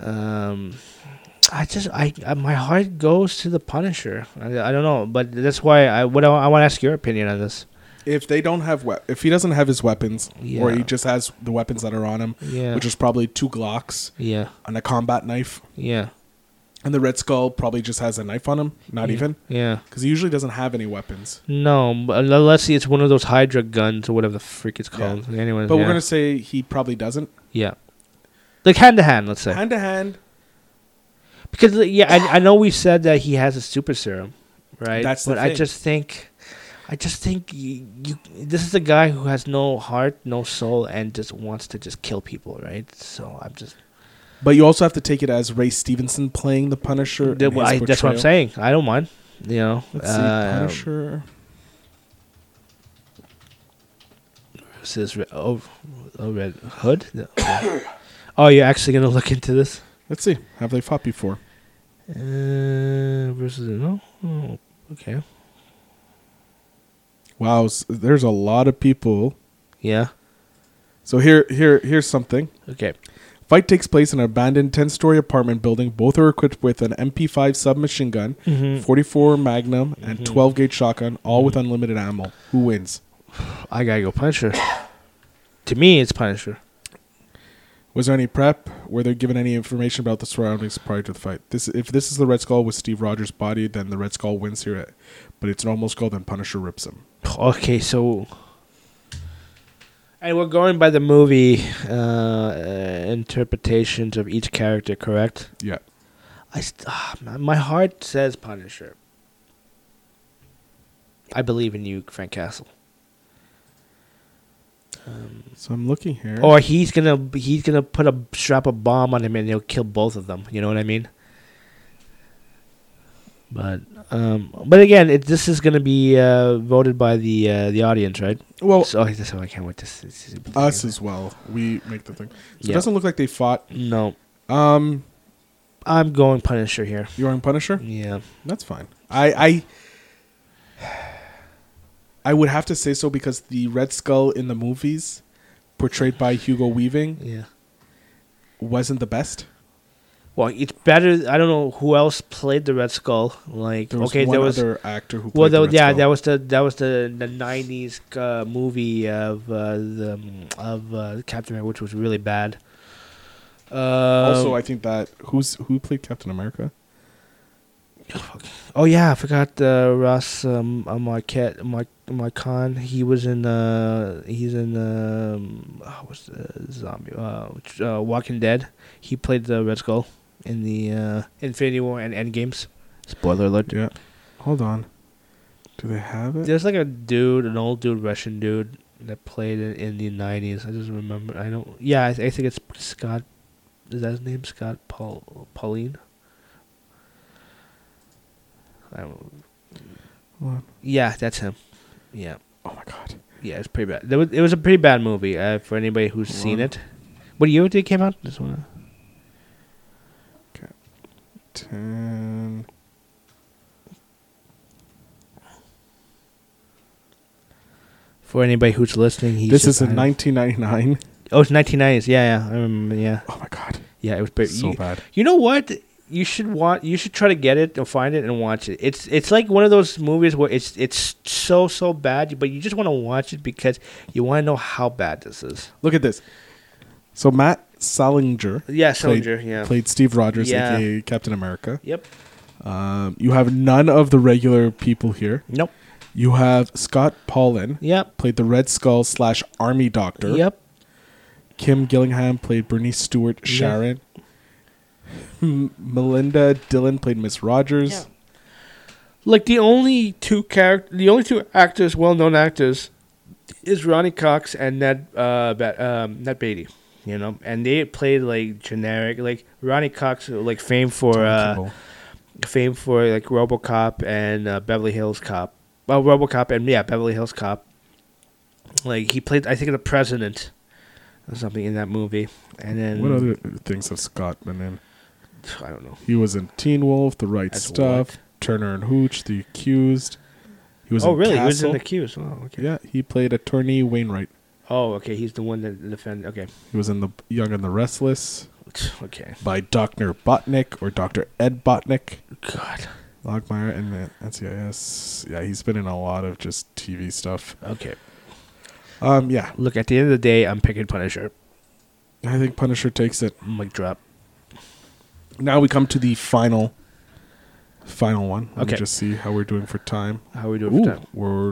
Speaker 4: Um, I just I, I my heart goes to the Punisher. I, I don't know, but that's why I what I, I want to ask your opinion on this.
Speaker 3: If they don't have we- if he doesn't have his weapons, or
Speaker 4: Yeah.
Speaker 3: he just has the weapons that are on him,
Speaker 4: Yeah.
Speaker 3: which is probably two Glocks
Speaker 4: Yeah,
Speaker 3: and a combat knife,
Speaker 4: yeah,
Speaker 3: and the Red Skull probably just has a knife on him, not
Speaker 4: yeah,
Speaker 3: even
Speaker 4: yeah.
Speaker 3: because he usually doesn't have any weapons.
Speaker 4: No, but unless it's one of those Hydra guns or whatever the freak it's
Speaker 3: Yeah.
Speaker 4: called. Anyway,
Speaker 3: But
Speaker 4: yeah.
Speaker 3: we're gonna say he probably doesn't.
Speaker 4: yeah, like hand to hand, let's say.
Speaker 3: Hand to hand,
Speaker 4: because like, yeah, I, I know we said that he has a super serum, right?
Speaker 3: That's the
Speaker 4: but I
Speaker 3: thing.
Speaker 4: just think, I just think you, you this is a guy who has no heart, no soul, and just wants to just kill people, right? So I'm just
Speaker 3: but you also have to take it as Ray Stevenson playing the Punisher.
Speaker 4: Th-
Speaker 3: and
Speaker 4: well, I,
Speaker 3: his
Speaker 4: that's what I'm
Speaker 3: portrayal.
Speaker 4: saying. I don't mind. You know,
Speaker 3: Let's see,
Speaker 4: um,
Speaker 3: Punisher.
Speaker 4: this is re- oh, oh, Red Hood. No, okay. oh, you're actually gonna look into this?
Speaker 3: Let's see, have they fought before?
Speaker 4: Uh, versus no. Oh, okay.
Speaker 3: Wow, s- there's a lot of people.
Speaker 4: Yeah.
Speaker 3: So here, here, here's something.
Speaker 4: Okay.
Speaker 3: Fight takes place in an abandoned 10 story apartment building. Both are equipped with an MP5 submachine gun,
Speaker 4: Mm-hmm.
Speaker 3: 44 Magnum, and 12 gauge shotgun, all with unlimited ammo. Who wins?
Speaker 4: I gotta go Punisher. to me, it's Punisher.
Speaker 3: Was there any prep? Were they given any information about the surroundings prior to the fight? This, if this is the Red Skull with Steve Rogers' body, then the Red Skull wins here. But it's an almost skull, then Punisher rips him.
Speaker 4: Okay, so. And we're going by the movie uh, uh, interpretations of each character, correct?
Speaker 3: Yeah.
Speaker 4: I st- ah, my- my heart says Punisher. I believe in you, Frank Castle.
Speaker 3: So I'm looking here.
Speaker 4: Or he's gonna he's gonna put a strap a bomb on him and he'll kill both of them. You know what I mean? But um, but again, it, this is gonna be uh, voted by the uh, the audience, right?
Speaker 3: well,
Speaker 4: so, so I can't wait to see. see-
Speaker 3: us as well. We make the thing. So
Speaker 4: Yeah.
Speaker 3: It doesn't look like they fought.
Speaker 4: No,
Speaker 3: Um,
Speaker 4: I'm going Punisher here.
Speaker 3: you're on Punisher?
Speaker 4: Yeah,
Speaker 3: That's fine. I I I would have to say so because the Red Skull in the movies, portrayed by Hugo Weaving,
Speaker 4: yeah.
Speaker 3: wasn't the best.
Speaker 4: Well, it's better. I don't know who else played the Red Skull. Like,
Speaker 3: There was
Speaker 4: okay,
Speaker 3: one
Speaker 4: there was
Speaker 3: other actor who. Played
Speaker 4: well,
Speaker 3: the
Speaker 4: though,
Speaker 3: Red
Speaker 4: yeah,
Speaker 3: Skull.
Speaker 4: that was the that was the the '90s uh, movie of uh, the of uh, Captain America, which was really bad. Uh,
Speaker 3: Also, I think that who's who played Captain America?
Speaker 4: oh yeah, I forgot uh, Ross um, uh, Marquette Mar- Marcon. He was in uh, he's in um, oh, what's the zombie uh, which- uh, Walking Dead. He played the Red Skull in the uh, Infinity War and Endgames. Spoiler alert.
Speaker 3: Yeah. Hold on. Do they have it?
Speaker 4: There's like a dude, an old dude, Russian dude that played it in the '90s. I just remember. I don't. Yeah, I, th- I think it's Scott. Is that his name? Scott Paul Pauline. I don't.
Speaker 3: Hold on.
Speaker 4: Yeah, that's him. Yeah,
Speaker 3: Oh my god.
Speaker 4: yeah, it's pretty bad. There was, it was a pretty bad movie uh, for anybody who's
Speaker 3: Hold
Speaker 4: seen
Speaker 3: on.
Speaker 4: it. What year did it came out? This one.
Speaker 3: Ten.
Speaker 4: For anybody who's listening, he
Speaker 3: This
Speaker 4: should
Speaker 3: is in
Speaker 4: find-
Speaker 3: 1999.
Speaker 4: Oh, it's 1990s. Yeah, yeah, I remember. Yeah,
Speaker 3: Oh my god.
Speaker 4: yeah, it was pretty.
Speaker 3: So
Speaker 4: you-
Speaker 3: bad.
Speaker 4: You know what? You should want. You should try to get it or find it and watch it. It's it's like one of those movies where it's it's so so bad, but you just want to watch it because you want to know how bad this is.
Speaker 3: Look at this. So Matt Salinger.
Speaker 4: Yeah,
Speaker 3: played-
Speaker 4: Salinger, yeah.
Speaker 3: Played Steve Rogers,
Speaker 4: Yeah.
Speaker 3: aka Captain America.
Speaker 4: Yep.
Speaker 3: Um, you have none of the regular people here.
Speaker 4: Nope.
Speaker 3: You have Scott Paulin.
Speaker 4: Yep.
Speaker 3: Played the Red Skull slash Army Doctor.
Speaker 4: Yep.
Speaker 3: Kim Gillingham played Bernice Stewart Sharon. M- Melinda Dillon played Miss Rogers.
Speaker 4: Yeah. Like the only two character, the only two actors, well-known actors, is Ronnie Cox and Ned, uh, ba- um, Ned Beatty. You know, and they played like generic, like Ronnie Cox, like fame for uh,
Speaker 3: Kimball.
Speaker 4: fame for like RoboCop and uh, Beverly Hills Cop. Well, RoboCop and yeah, Beverly Hills Cop. Like he played, I think, the president or something in that movie. And then
Speaker 3: What other things have Scott been in?
Speaker 4: I don't know.
Speaker 3: He was in Teen Wolf, The Right
Speaker 4: As
Speaker 3: Stuff,
Speaker 4: what?
Speaker 3: Turner and Hooch, The Accused. He was
Speaker 4: Oh,
Speaker 3: in
Speaker 4: really? He was in
Speaker 3: Castle.
Speaker 4: the queues. Oh, okay.
Speaker 3: Yeah, he played attorney Wainwright.
Speaker 4: Oh, okay. He's the one that defended. Okay.
Speaker 3: He was in The Young and the Restless
Speaker 4: Okay.
Speaker 3: by Dr. Botnick or Dr. Ed Botnick.
Speaker 4: God.
Speaker 3: Logmeyer and the NCIS. Yeah, he's been in a lot of just TV stuff.
Speaker 4: Okay.
Speaker 3: Um, yeah,
Speaker 4: Look, at the end of the day, I'm picking Punisher.
Speaker 3: I think Punisher takes it.
Speaker 4: Mic drop.
Speaker 3: Now we come to the final, final one. Let me
Speaker 4: Okay.
Speaker 3: just see how we're doing for time.
Speaker 4: How are we doing
Speaker 3: Ooh,
Speaker 4: for time?
Speaker 3: we're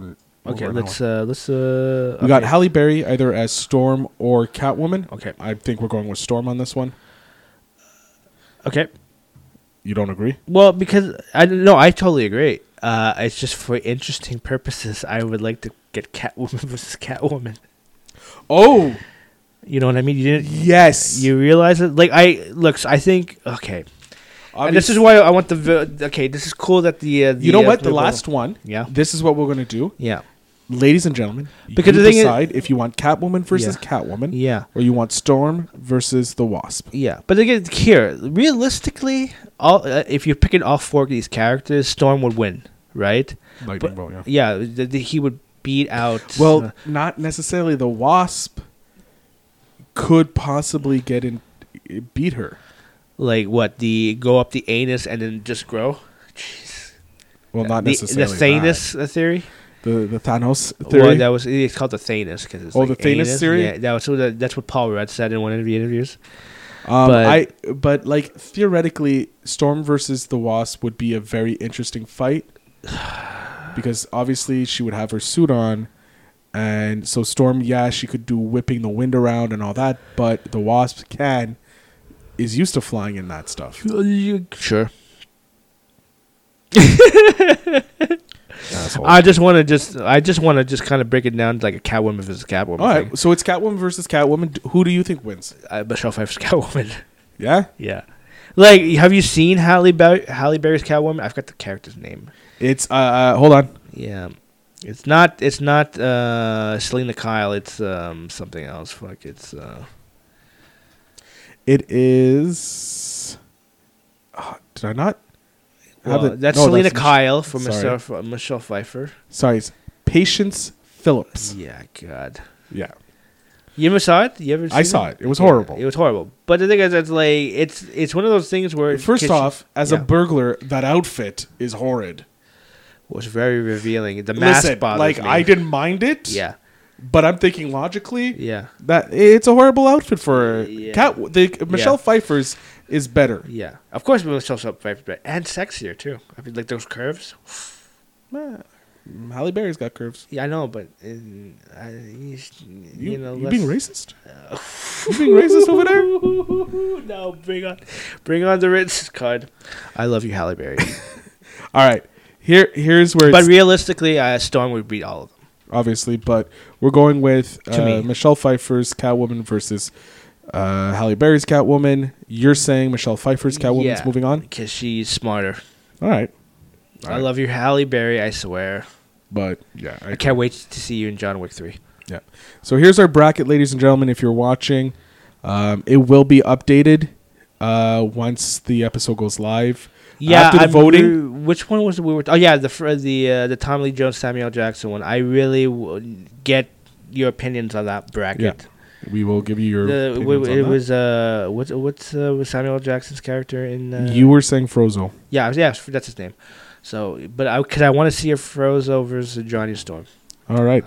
Speaker 3: over
Speaker 4: Okay,
Speaker 3: an
Speaker 4: let's
Speaker 3: hour.
Speaker 4: uh let's uh
Speaker 3: we got
Speaker 4: okay.
Speaker 3: Halle Berry either as Storm or Catwoman.
Speaker 4: Okay.
Speaker 3: I think we're going with Storm on this one.
Speaker 4: Okay.
Speaker 3: You don't agree?
Speaker 4: Well, because I no, I totally agree. Uh it's just for interesting purposes I would like to get Catwoman versus Catwoman.
Speaker 3: Oh
Speaker 4: You know what I mean? You didn't
Speaker 3: yes,
Speaker 4: you realize it? Like I look, so I think okay. And this is why I want the vi- okay, this is cool that the, uh, the
Speaker 3: You know
Speaker 4: uh,
Speaker 3: what? The
Speaker 4: people-
Speaker 3: last one.
Speaker 4: Yeah.
Speaker 3: This is what we're gonna do,
Speaker 4: Yeah.
Speaker 3: ladies and gentlemen.
Speaker 4: Because
Speaker 3: you
Speaker 4: the thing is-
Speaker 3: decide if you want Catwoman versus
Speaker 4: Yeah.
Speaker 3: Catwoman,
Speaker 4: Yeah.
Speaker 3: or you want Storm versus the Wasp.
Speaker 4: Yeah, but again, here realistically, all uh, if you're picking all four of these characters, Storm would win, right?
Speaker 3: Lightning bolt, yeah.
Speaker 4: Yeah, th- th- he would beat out.
Speaker 3: Well,
Speaker 4: uh,
Speaker 3: not necessarily. The Wasp could possibly get in, beat her.
Speaker 4: like what the go up the anus and then just grow. Jeez,
Speaker 3: Well, not
Speaker 4: the, the
Speaker 3: necessarily.
Speaker 4: Thanos uh, theory.
Speaker 3: that. The the Thanos
Speaker 4: Theory.
Speaker 3: theory.
Speaker 4: Well, that was it's called the Thanos because it's
Speaker 3: Oh, the
Speaker 4: like
Speaker 3: Thanos
Speaker 4: anus.
Speaker 3: theory?
Speaker 4: Yeah, that was so that, that's what Paul Rudd said in one of the interviews.
Speaker 3: um,
Speaker 4: but-
Speaker 3: I but like theoretically, Storm versus the Wasp would be a very interesting fight because obviously she would have her suit on, and so Storm, yeah, she could do whipping the wind around and all that, but the Wasp can is used to flying in that stuff.
Speaker 4: Sure.
Speaker 3: Asshole.
Speaker 4: I just want to just I just want to just kind of break it down to like a Catwoman versus Catwoman.
Speaker 3: all
Speaker 4: thing.
Speaker 3: right, so it's Catwoman versus Catwoman. D- Who do you think wins?
Speaker 4: Uh, Michelle Pfeiffer's Catwoman.
Speaker 3: Yeah,
Speaker 4: Yeah. Like, have you seen Halle, Berry, Halle Berry's Catwoman? I've got the character's name.
Speaker 3: It's uh, uh hold on.
Speaker 4: Yeah. It's not. It's not uh, Selena Kyle. It's um, something else. Fuck. It's uh,
Speaker 3: It is. Ah, did I not? have
Speaker 4: well,
Speaker 3: it?
Speaker 4: that's
Speaker 3: No,
Speaker 4: Selena
Speaker 3: Mich-
Speaker 4: Kyle from
Speaker 3: sorry.
Speaker 4: Michelle, from Michelle Pfeiffer.
Speaker 3: Sorry, it's Patience Phillips.
Speaker 4: Yeah. God.
Speaker 3: Yeah,
Speaker 4: You ever saw it? You ever?
Speaker 3: I
Speaker 4: seen
Speaker 3: saw it. It was
Speaker 4: Yeah,
Speaker 3: horrible.
Speaker 4: It was horrible. But the thing is, it's like it's it's one of those things where
Speaker 3: First
Speaker 4: kitchen-
Speaker 3: off, as
Speaker 4: yeah,
Speaker 3: a burglar, that outfit is horrid.
Speaker 4: was very revealing. The mask
Speaker 3: Listen,
Speaker 4: bothers
Speaker 3: like
Speaker 4: me.
Speaker 3: I didn't mind it.
Speaker 4: Yeah.
Speaker 3: but I'm thinking logically.
Speaker 4: Yeah.
Speaker 3: That it's a horrible outfit for
Speaker 4: Yeah.
Speaker 3: Cat. The Michelle Pfeiffer's is better.
Speaker 4: Yeah, of course, Michelle Pfeiffer, but and sexier too. I mean, like those curves.
Speaker 3: Eh, Halle Berry's got curves.
Speaker 4: Yeah, I know, but in, I, you,
Speaker 3: You,
Speaker 4: you
Speaker 3: you,
Speaker 4: know,
Speaker 3: being racist? you being racist over there?
Speaker 4: there? no, bring on, bring on the racist card. I love you, Halle Berry,
Speaker 3: All right. Here, here's where
Speaker 4: but
Speaker 3: it's
Speaker 4: realistically, uh, Storm would beat all of them.
Speaker 3: obviously, but we're going with
Speaker 4: To
Speaker 3: uh,
Speaker 4: me.
Speaker 3: Michelle Pfeiffer's Catwoman versus uh, Halle Berry's Catwoman. You're saying Michelle Pfeiffer's Catwoman's moving on?
Speaker 4: because she's smarter.
Speaker 3: All right,
Speaker 4: I love you, Halle Berry. I swear.
Speaker 3: but yeah, I
Speaker 4: I can't wait to see you in John Wick three.
Speaker 3: Yeah. So here's our bracket, ladies and gentlemen. If you're watching, um, it will be updated uh, once the episode goes live.
Speaker 4: Yeah,
Speaker 3: After the
Speaker 4: I'm
Speaker 3: voting,
Speaker 4: re- which one was we were? Oh yeah, the fr- the uh, the Tom Lee Jones Samuel Jackson one. I really w- get your opinions on that
Speaker 3: yeah,
Speaker 4: bracket.
Speaker 3: we will give you your.
Speaker 4: The,
Speaker 3: opinions
Speaker 4: w-
Speaker 3: on
Speaker 4: it
Speaker 3: that.
Speaker 4: was uh, what's what's uh, was Samuel Jackson's character in? Uh,
Speaker 3: you were saying Frozo.
Speaker 4: yeah, yeah, that's his name. So, but I because I want to see a Frozo versus uh, Johnny Storm.
Speaker 3: All right.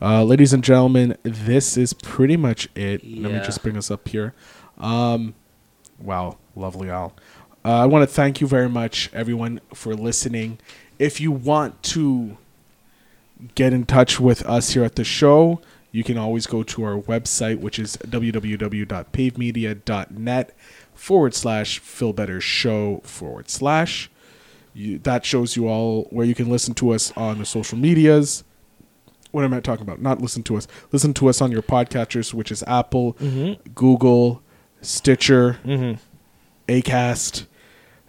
Speaker 3: Uh, ladies and gentlemen, this is pretty much it. Let me
Speaker 4: Yeah.
Speaker 3: just bring us up here. Um, wow, lovely all. Uh, I want to thank you very much, everyone, for listening. If you want to get in touch with us here at the show, you can always go to our website, which is www.pavemedia.net forward slash Phil Better Show forward slash. You, that shows you all where you can listen to us on the social medias. What am I talking about? Not listen to us. Listen to us on your podcatchers, which is Apple, Google, Stitcher, Acast,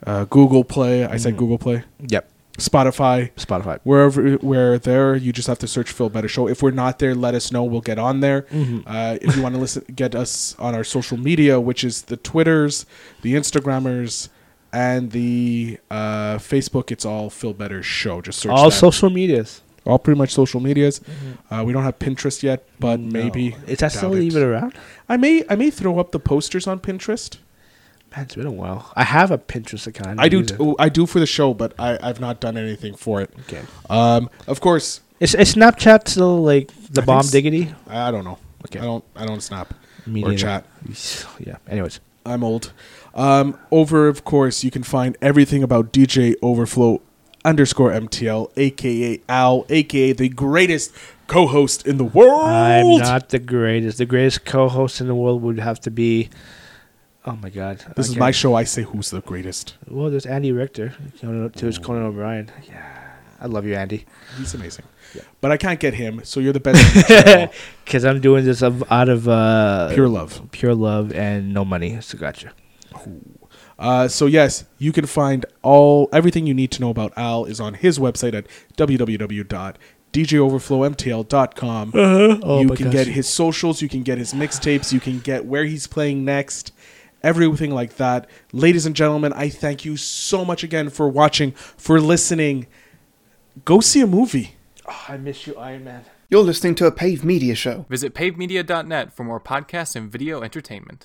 Speaker 3: uh, Google Play. I said Google Play,
Speaker 4: Yep.
Speaker 3: Spotify
Speaker 4: Spotify.
Speaker 3: wherever we're there you just have to search phil better show if we're not there let us know we'll get on there uh, if you want to listen get us on our social media which is the twitters the instagrammers and the uh, facebook it's all phil better show just search
Speaker 4: All
Speaker 3: that.
Speaker 4: social medias.
Speaker 3: all pretty much social medias
Speaker 4: Mm-hmm.
Speaker 3: uh, we don't have pinterest yet but maybe
Speaker 4: Is that
Speaker 3: Doubt
Speaker 4: still
Speaker 3: it.
Speaker 4: even around?
Speaker 3: i may i may throw up the posters on pinterest
Speaker 4: Man, it's been a while. I have a Pinterest account.
Speaker 3: i do
Speaker 4: use it.
Speaker 3: t- i do for the show but i i've not done anything for it
Speaker 4: Okay.
Speaker 3: um of course
Speaker 4: Is, is Snapchat still like the bomb
Speaker 3: s-
Speaker 4: diggity?
Speaker 3: I I don't know.
Speaker 4: Okay.
Speaker 3: I don't. I don't snap
Speaker 4: Me
Speaker 3: or
Speaker 4: neither.
Speaker 3: chat.
Speaker 4: Yeah. Anyways.
Speaker 3: I'm old. Um, over, of course, you can find everything about DJ Overflow underscore MTL, aka Al, aka the greatest co-host in the world.
Speaker 4: I'm not the greatest. The greatest co-host in the world would have to be. Oh my God!
Speaker 3: This
Speaker 4: I
Speaker 3: is my
Speaker 4: can't-
Speaker 3: show. I say who's the greatest.
Speaker 4: Well, there's Andy Richter. Conan, to his Conan O'Brien. Yeah, I love you, Andy.
Speaker 3: He's amazing. But I can't get him, so you're the best.
Speaker 4: Because I'm doing this of, out of uh,
Speaker 3: Pure love.
Speaker 4: pure love and no money. So gotcha.
Speaker 3: Uh, so yes, you can find all everything you need to know about Al is on his website at www.djoverflowmtl.com. you
Speaker 4: Uh-huh. Oh my
Speaker 3: can
Speaker 4: gosh.
Speaker 3: get his socials, you can get his mixtapes, you can get where he's playing next, everything like that. Ladies and gentlemen, I thank you so much again for watching, for listening. Go see a movie.
Speaker 4: I miss you, Iron Man.
Speaker 1: You're listening to a Pave Media Show.
Speaker 2: Visit pavemedia.net for more podcasts and video entertainment.